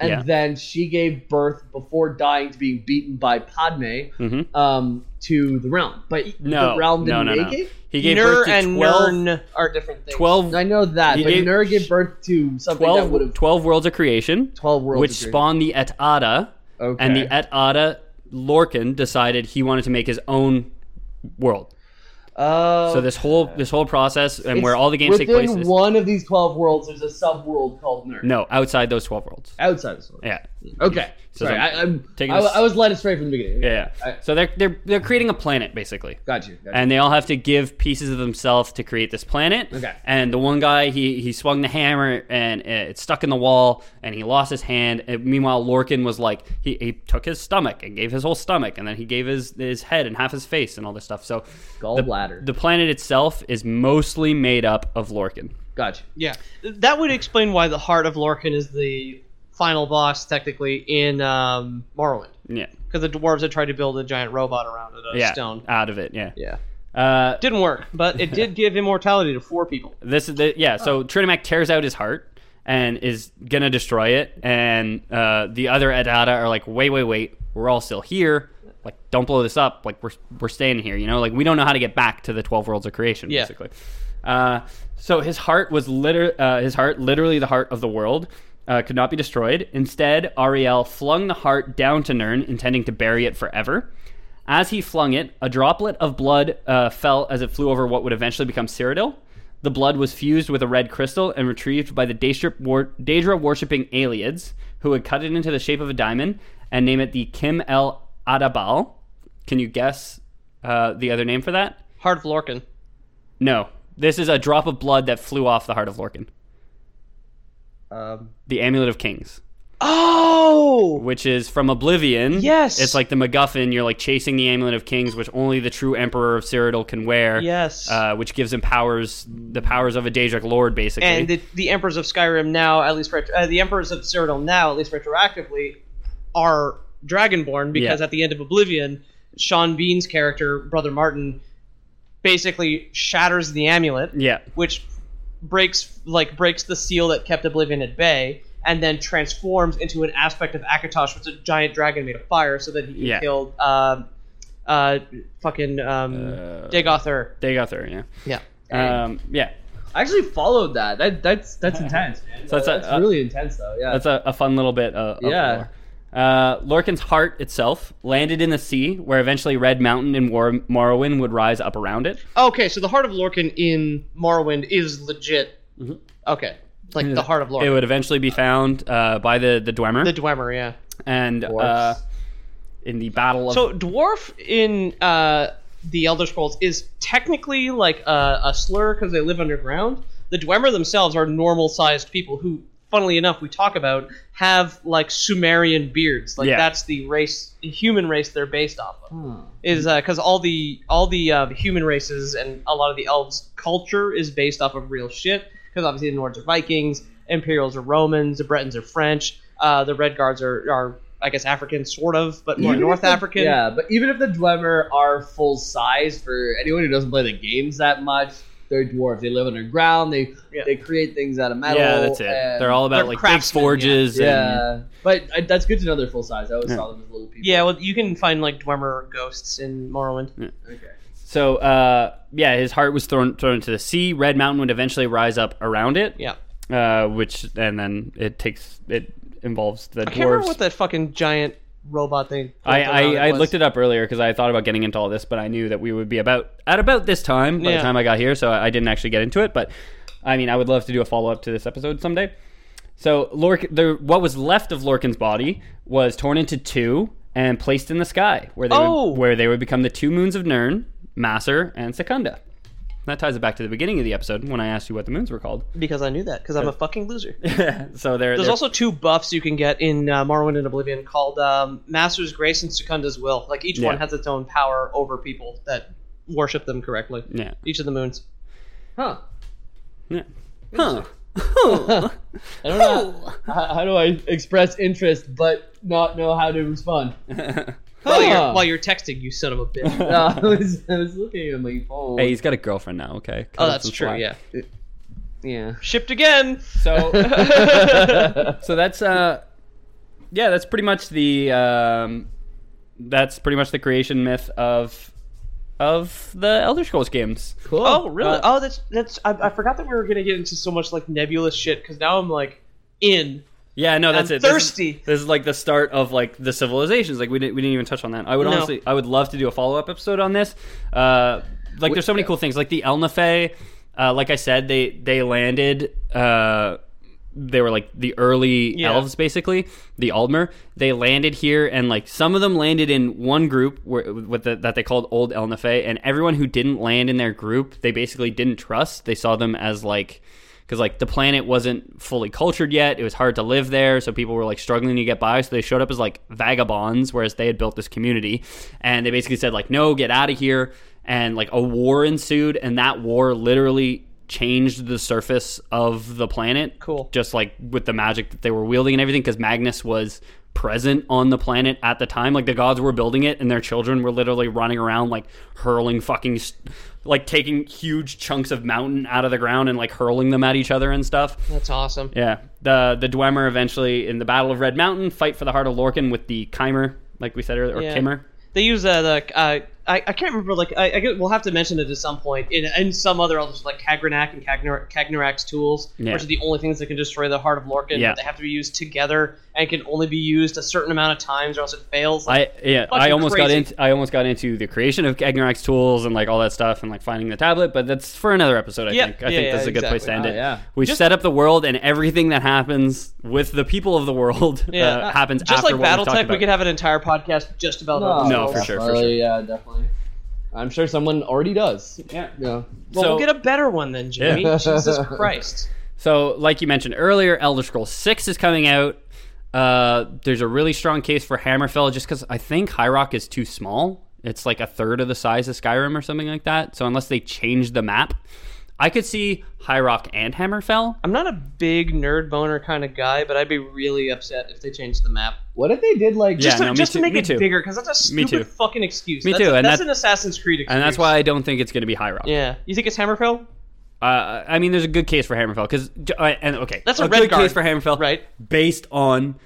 C: and
A: yeah.
C: then she gave birth before dying to being beaten by Padme
A: hmm
C: um to the realm but
A: No,
C: the realm didn't
A: no, no,
C: make
A: no.
C: it
A: He gave
B: Nur
A: birth to
B: and
A: 12,
B: Nern are different things.
A: 12
C: I know that
A: He
C: but
A: gave-
C: Nur gave birth to something that would
A: 12,
C: have
A: 12 worlds of creation,
C: 12 worlds
A: which
C: of creation.
A: spawned the Et Ada,
C: okay.
A: and the e-, Et Ada Lorcan decided he wanted to make his own world.
C: uh,
A: So this whole this whole process and
C: it's-
A: where all the games take place
C: within
A: is
C: one of these 12 worlds there's a sub world called Nur
A: no outside those twelve worlds.
C: outside of Sol-
A: Yeah,
C: okay
A: So
C: sorry
A: I'm
C: I, I'm
A: taking
C: I,
A: this-
C: I was led astray from the beginning
A: yeah. yeah. So they're they're they're creating a planet basically.
C: got you got you.
A: and they all have to give pieces of themselves to create this planet.
C: Okay.
A: And the one guy, he he swung the hammer and it stuck in the wall, and he lost his hand. And meanwhile, Lorkin was like, he, he took his stomach and gave his whole stomach, and then he gave his his head and half his face and all this stuff. So
C: gallbladder
A: the planet itself is mostly made up of Lorkin.
C: Gotcha.
B: Yeah, that would explain why the heart of Lorcan is the final boss, technically, in um, Morrowind,
A: Yeah.
B: because the dwarves had tried to build a giant robot around it, a
A: Yeah.
B: stone.
A: Out of it. Yeah.
B: Yeah,
A: Uh,
B: didn't work, but it did give immortality to four people.
A: This is the yeah. So Trinimac tears out his heart and is gonna destroy it, and uh, the other Edata are like, wait, wait, wait, we're all still here. Like, don't blow this up. Like, we're we're staying here. You know, like we don't know how to get back to the twelve worlds of creation.
B: Yeah.
A: Basically, uh, so his heart was liter- uh, his heart literally the heart of the world. Uh, could not be destroyed. Instead, Ariel flung the heart down to Nern, intending to bury it forever. As he flung it, a droplet of blood uh, fell as it flew over what would eventually become Cyrodiil. The blood was fused with a red crystal and retrieved by the Daedra wor- Daedra worshipping aliens, who would cut it into the shape of a diamond and name it the Kim El Adabal. Can you guess uh, the other name for that?
B: Heart of Lorcan.
A: No. This is a drop of blood that flew off the heart of Lorcan.
C: Um,
A: The Amulet of Kings,
B: Oh,
A: which is from Oblivion.
B: Yes.
A: It's like the MacGuffin. You're like chasing the Amulet of Kings, which only the true Emperor of Cyrodiil can wear.
B: yes.
A: uh, which gives him powers, the powers of a Daedric Lord, basically.
B: and the, the emperors of Skyrim now, at least retro- uh, the emperors of Cyrodiil now, at least retroactively, are Dragonborn because
A: Yeah.
B: at the end of Oblivion, Sean Bean's character, Brother Martin, basically shatters the amulet.
A: yeah,
B: which breaks like breaks the seal that kept Oblivion at bay, and then transforms into an aspect of Akatosh, which is a giant dragon made of fire, so that he
A: Yeah.
B: killed uh, uh, fucking um,
A: Uh,
B: Dagother.
A: Dagothar, yeah.
B: Yeah.
A: Um, yeah,
C: I actually followed that. That that's that's intense, man.
A: So
C: So
A: it's
C: that's,
A: a- uh,
C: really intense, though. Yeah.
A: that's a, a fun little bit of, of
C: Yeah.
A: lore. Uh, Lorcan's heart itself landed in the sea, where eventually Red Mountain and War- Morrowind would rise up around it.
B: Okay, so the heart of Lorcan in Morrowind is legit. Okay, like the heart of
A: It
B: Lorcan,
A: would eventually be found uh, by the the Dwemer,
B: the Dwemer, yeah.
A: and uh, in the Battle of
B: So dwarf in uh, the Elder Scrolls is technically like a, a slur because they live underground. The Dwemer themselves are normal-sized people who, funnily enough, we talk about have like Sumerian beards. Like
A: Yeah.
B: that's the race, human race they're based off of. Is because all the all the uh, human races and a lot of the elves' culture is based off of real shit. Because obviously the Nords are Vikings, Imperials are Romans, the Bretons are French, uh, the Red Guards are are. I guess African, sort of, but more
C: Even if
B: North
C: the-
B: African.
C: Yeah, but even if the Dwemer are full size, for anyone who doesn't play the games that much, they're dwarves. They live underground. They
B: Yeah.
C: they create things out of metal.
A: yeah, that's it.
C: and-
A: They're all about
B: They're
A: like big
B: craftsmen, yeah.
A: forges. and,
C: Yeah, but I, that's good to know they're full size. I always
A: Yeah.
C: saw them as little people.
B: Yeah, well, you can find like Dwemer ghosts in Morrowind.
C: Okay.
A: So uh, yeah, his heart was thrown thrown into the sea. Red Mountain would eventually rise up around it.
B: Yeah,
A: uh, which and then it takes it involves the
B: I can't remember
A: dwarves.
B: what that fucking giant robot thing.
A: I, I, I looked it up earlier because I thought about getting into all this, but I knew that we would be about at about this time by
B: Yeah.
A: the time I got here, so I, I didn't actually get into it. But I mean, I would love to do a follow up to this episode someday. So Lork, the what was left of Lorcan's body was torn into two and placed in the sky, where they
B: Oh!
A: would, where they would become the two moons of Nern, Masser, and Secunda. That ties it back to the beginning of the episode when I asked you what the moons were called.
B: because I knew that because I'm a fucking loser.
A: so they're,
B: There's
A: they're-
B: also two buffs you can get in uh, Morrowind and Oblivion called um, Master's Grace and Secunda's Will. Like each one
A: Yeah.
B: has its own power over people that worship them correctly.
A: yeah.
B: Each of the moons.
C: Huh.
A: yeah. Huh.
C: I don't know. how, how do I express interest but not know how to respond?
B: While you're,
C: Huh.
B: while you're texting, you son of a bitch.
C: Uh, I, was, I was looking at my phone.
A: hey, he's got a girlfriend now. Okay. Cut
B: oh,
A: him
B: that's
A: some
B: true.
A: slack.
B: Yeah.
C: Yeah.
B: Shipped again. Oh,
A: So so that's uh yeah, that's pretty much the um that's pretty much the creation myth of of the Elder Scrolls games.
C: cool.
B: Oh, really?
A: Uh,
B: oh, that's that's. I, I forgot that we were gonna get into so much like nebulous shit because now I'm like in.
A: Yeah, no, that's
B: I'm
A: it. This is- This
B: thirsty.
A: is, like the start of like the civilizations. Like we didn't we didn't even touch on that. I would
B: No.
A: honestly I would love to do a follow up episode on this. Uh, like there's so many cool things. Like the Elnafe, uh, like I said, they they landed. Uh, they were like the early
B: Yeah.
A: elves, basically the Aldmer. They landed here, and like some of them landed in one group where, with the, that they called Old Elnafe, and everyone who didn't land in their group, they basically didn't trust. They saw them as like because like the planet wasn't fully cultured yet. It was hard to live there, so people were like struggling to get by. So they showed up as like vagabonds, whereas they had built this community, and they basically said like, "No, get out of here." And like a war ensued, and that war literally changed the surface of the planet.
B: Cool.
A: Just like with the magic that they were wielding and everything, because Magnus was present on the planet at the time. Like the gods were building it, and their children were literally running around, like hurling fucking, s- like taking huge chunks of mountain out of the ground and like hurling them at each other and stuff.
B: That's awesome.
A: Yeah, the the Dwemer eventually in the Battle of Red Mountain fight for the heart of Lorcan with the Chimer, like we said earlier, or
B: Yeah.
A: Kimmer.
B: They use uh, the. Uh, I, I can't remember. Like I, I get, we'll have to mention it at some point in in some other elders like Kagnarak and Kagnar- Kagnarac's tools,
A: Yeah.
B: which are the only things that can destroy the heart of Lorcan.
A: Yeah.
B: But they have to be used together and can only be used a certain amount of times, or else it fails. Like,
A: I yeah, I
B: fucking
A: almost got
B: crazy.
A: into I almost got into the creation of Egnorak's tools and like all that stuff and like finding the tablet, but that's for another episode. I
B: Yeah,
A: think I
B: yeah,
A: think
B: yeah,
A: that's a good place to
B: exactly.
A: end it.
C: Oh, yeah.
A: We've set up the world and everything that happens with the people of the world
B: yeah,
A: uh, happens
B: just
A: after
B: like
A: what we've talked
B: BattleTech.
A: about.
B: We could have an entire podcast just about. Elder
A: No,
B: Scrolls.
A: for sure, for
C: definitely,
A: sure.
C: Yeah, definitely. I'm sure someone already does.
A: Yeah.
C: Yeah.
B: Well,
A: So-
B: we'll get a better one then, Jamie.
A: Yeah.
B: Jesus Christ.
A: So, like you mentioned earlier, Elder Scrolls 6 is coming out. Uh, there's a really strong case for Hammerfell just because I think High Rock is too small. It's like a third of the size of Skyrim or something like that. So, unless they change the map, I could see High Rock and Hammerfell.
B: I'm not a big nerd boner kind of guy, but I'd be really upset if they changed the map.
C: What if they did like
A: Yeah,
B: Just,
A: no,
B: to,
A: me
B: just
A: too-
B: to make
A: me
B: it
A: too.
B: bigger, because that's a
A: Me
B: stupid
A: too.
B: too. fucking excuse.
A: Me
B: that's,
A: too, and
B: that's
A: that-
B: an Assassin's Creed excuse.
A: And that's why I don't think it's going to be High Rock.
B: Yeah. You think it's Hammerfell?
A: Uh, I mean, there's a good case for Hammerfell because, and okay,
B: That's a
A: a
B: red
A: good
B: guard,
A: case for Hammerfell,
B: right?
A: Based on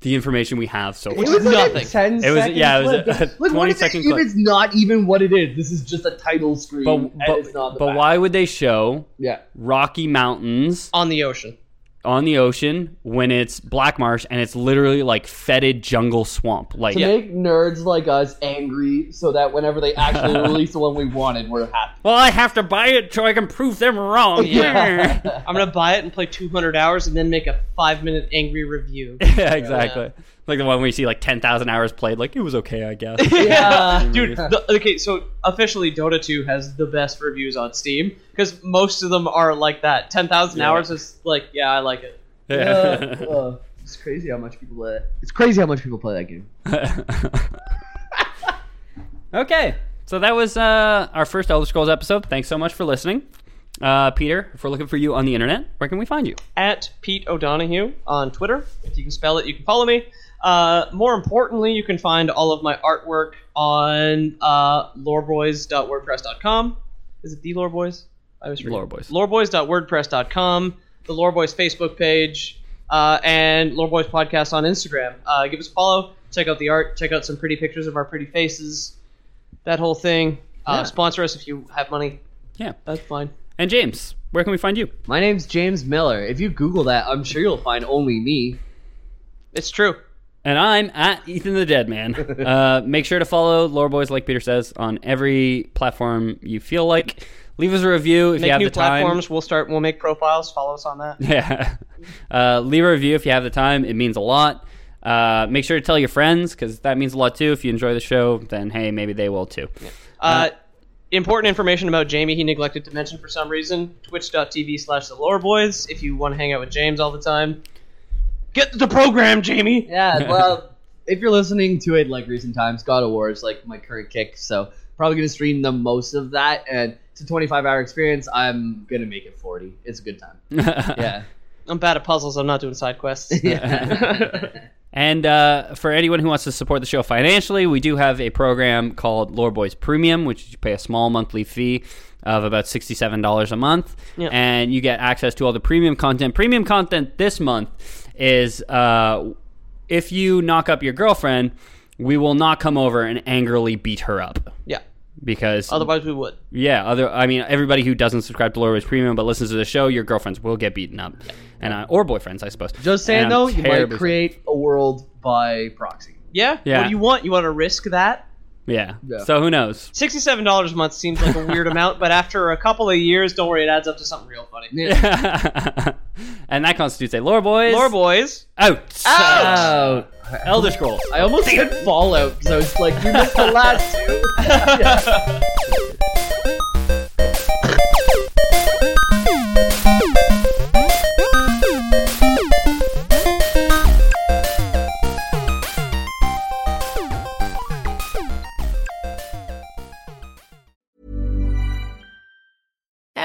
A: the information we have so far.
C: It was like
B: Nothing.
C: a 10
A: It was-
C: second
A: yeah, it was
C: clip.
A: a- a
C: Like, what if
A: 20-second
C: it- if
A: clip.
C: it's not even what it is? This is just a title screen.
A: but
C: and it's
A: but,
C: not the
A: but
C: back.
A: why would they show
C: Yeah.
A: Rocky Mountains
B: On the ocean.
A: on the ocean when it's black marsh and it's literally like fetid jungle swamp. Like
C: To make nerds like us angry so that whenever they actually release the one we wanted, we're happy.
A: well, I have to buy it so I can prove them wrong. Yeah,
B: I'm going to buy it and play 200 hours and then make a five minute angry review.
A: yeah exactly. Like the one where you see like ten thousand hours played. Like it was okay, I guess.
C: Yeah.
B: Dude, the, okay, so officially Dota 2 has the best reviews on Steam because most of them are like that. 10,000
A: Yeah.
B: hours is like, yeah, I like it.
A: Yeah.
C: Uh, it's crazy how much people play that. It's crazy how much people play that game.
A: okay, so that was uh, our first Elder Scrolls episode. Thanks so much for listening, uh, Peter. If we're looking for you on the internet, where can we find you?
B: at Pete O'Donohue on Twitter. If you can spell it, you can follow me. Uh, more importantly, you can find all of my artwork on uh, loreboys.wordpress.com. Is it the Loreboys? I was
A: Loreboys.
B: Loreboys.wordpress.com, the Loreboys Facebook page, uh, and Loreboys Podcast on Instagram. Uh, give us a follow. Check out the art. Check out some pretty pictures of our pretty faces. That whole thing. Uh, Sponsor us if you have money.
A: Yeah,
B: That's fine.
A: and James, where can we find you?
C: My name's James Miller. If you Google that, I'm sure you'll find only me.
B: It's true.
A: And I'm at Ethan the Dead Man. Uh, make sure to follow Lore Boys, like Peter says, on every platform you feel like. Leave us a review if you
B: Make
A: have
B: new
A: the time.
B: platforms. We'll start. We'll make profiles. Follow us on that.
A: Yeah. Uh, leave a review if you have the time. It means a lot. Uh, make sure to tell your friends because that means a lot too. If you enjoy the show, then hey, maybe they will too.
B: Uh, important information about Jamie he neglected to mention for some reason. Twitch.tv slash the lore boys if you want to hang out with James all the time. Get the program, Jamie!
C: Yeah, well, if you're listening to it like recent times, God of War is like my current kick, so probably gonna stream the most of that. And it's a 25 hour experience. I'm gonna make it 40. It's a good time. Yeah,
B: I'm bad at puzzles, I'm not doing side quests.
A: And uh, for anyone who wants to support the show financially, we do have a program called Lore Boys Premium, which you pay a small monthly fee of about sixty-seven dollars a month,
B: Yeah.
A: and you get access to all the premium content. Premium content this month is uh, if you knock up your girlfriend, we will not come over and angrily beat her up
B: yeah.
A: because
B: Otherwise, we would.
A: yeah, other I mean everybody who doesn't subscribe to Lore Boys Premium but listens to the show, your girlfriends will get beaten up, and uh, or boyfriends, I suppose.
C: just saying
A: And I'm
C: though, you might
A: terribly-
C: create a world by proxy.
B: Yeah?
A: Yeah.
B: What do you want? You want to risk that?
A: yeah.
C: Yeah.
A: So who knows?
B: Sixty-seven dollars a month seems like a weird amount, but after a couple of years, don't worry, it adds up to something real funny.
A: and that constitutes a lore boys.
B: Lore boys,
A: out.
C: Oh,
A: Elder Scrolls.
C: I almost said Fallout because I was like, you missed the last two.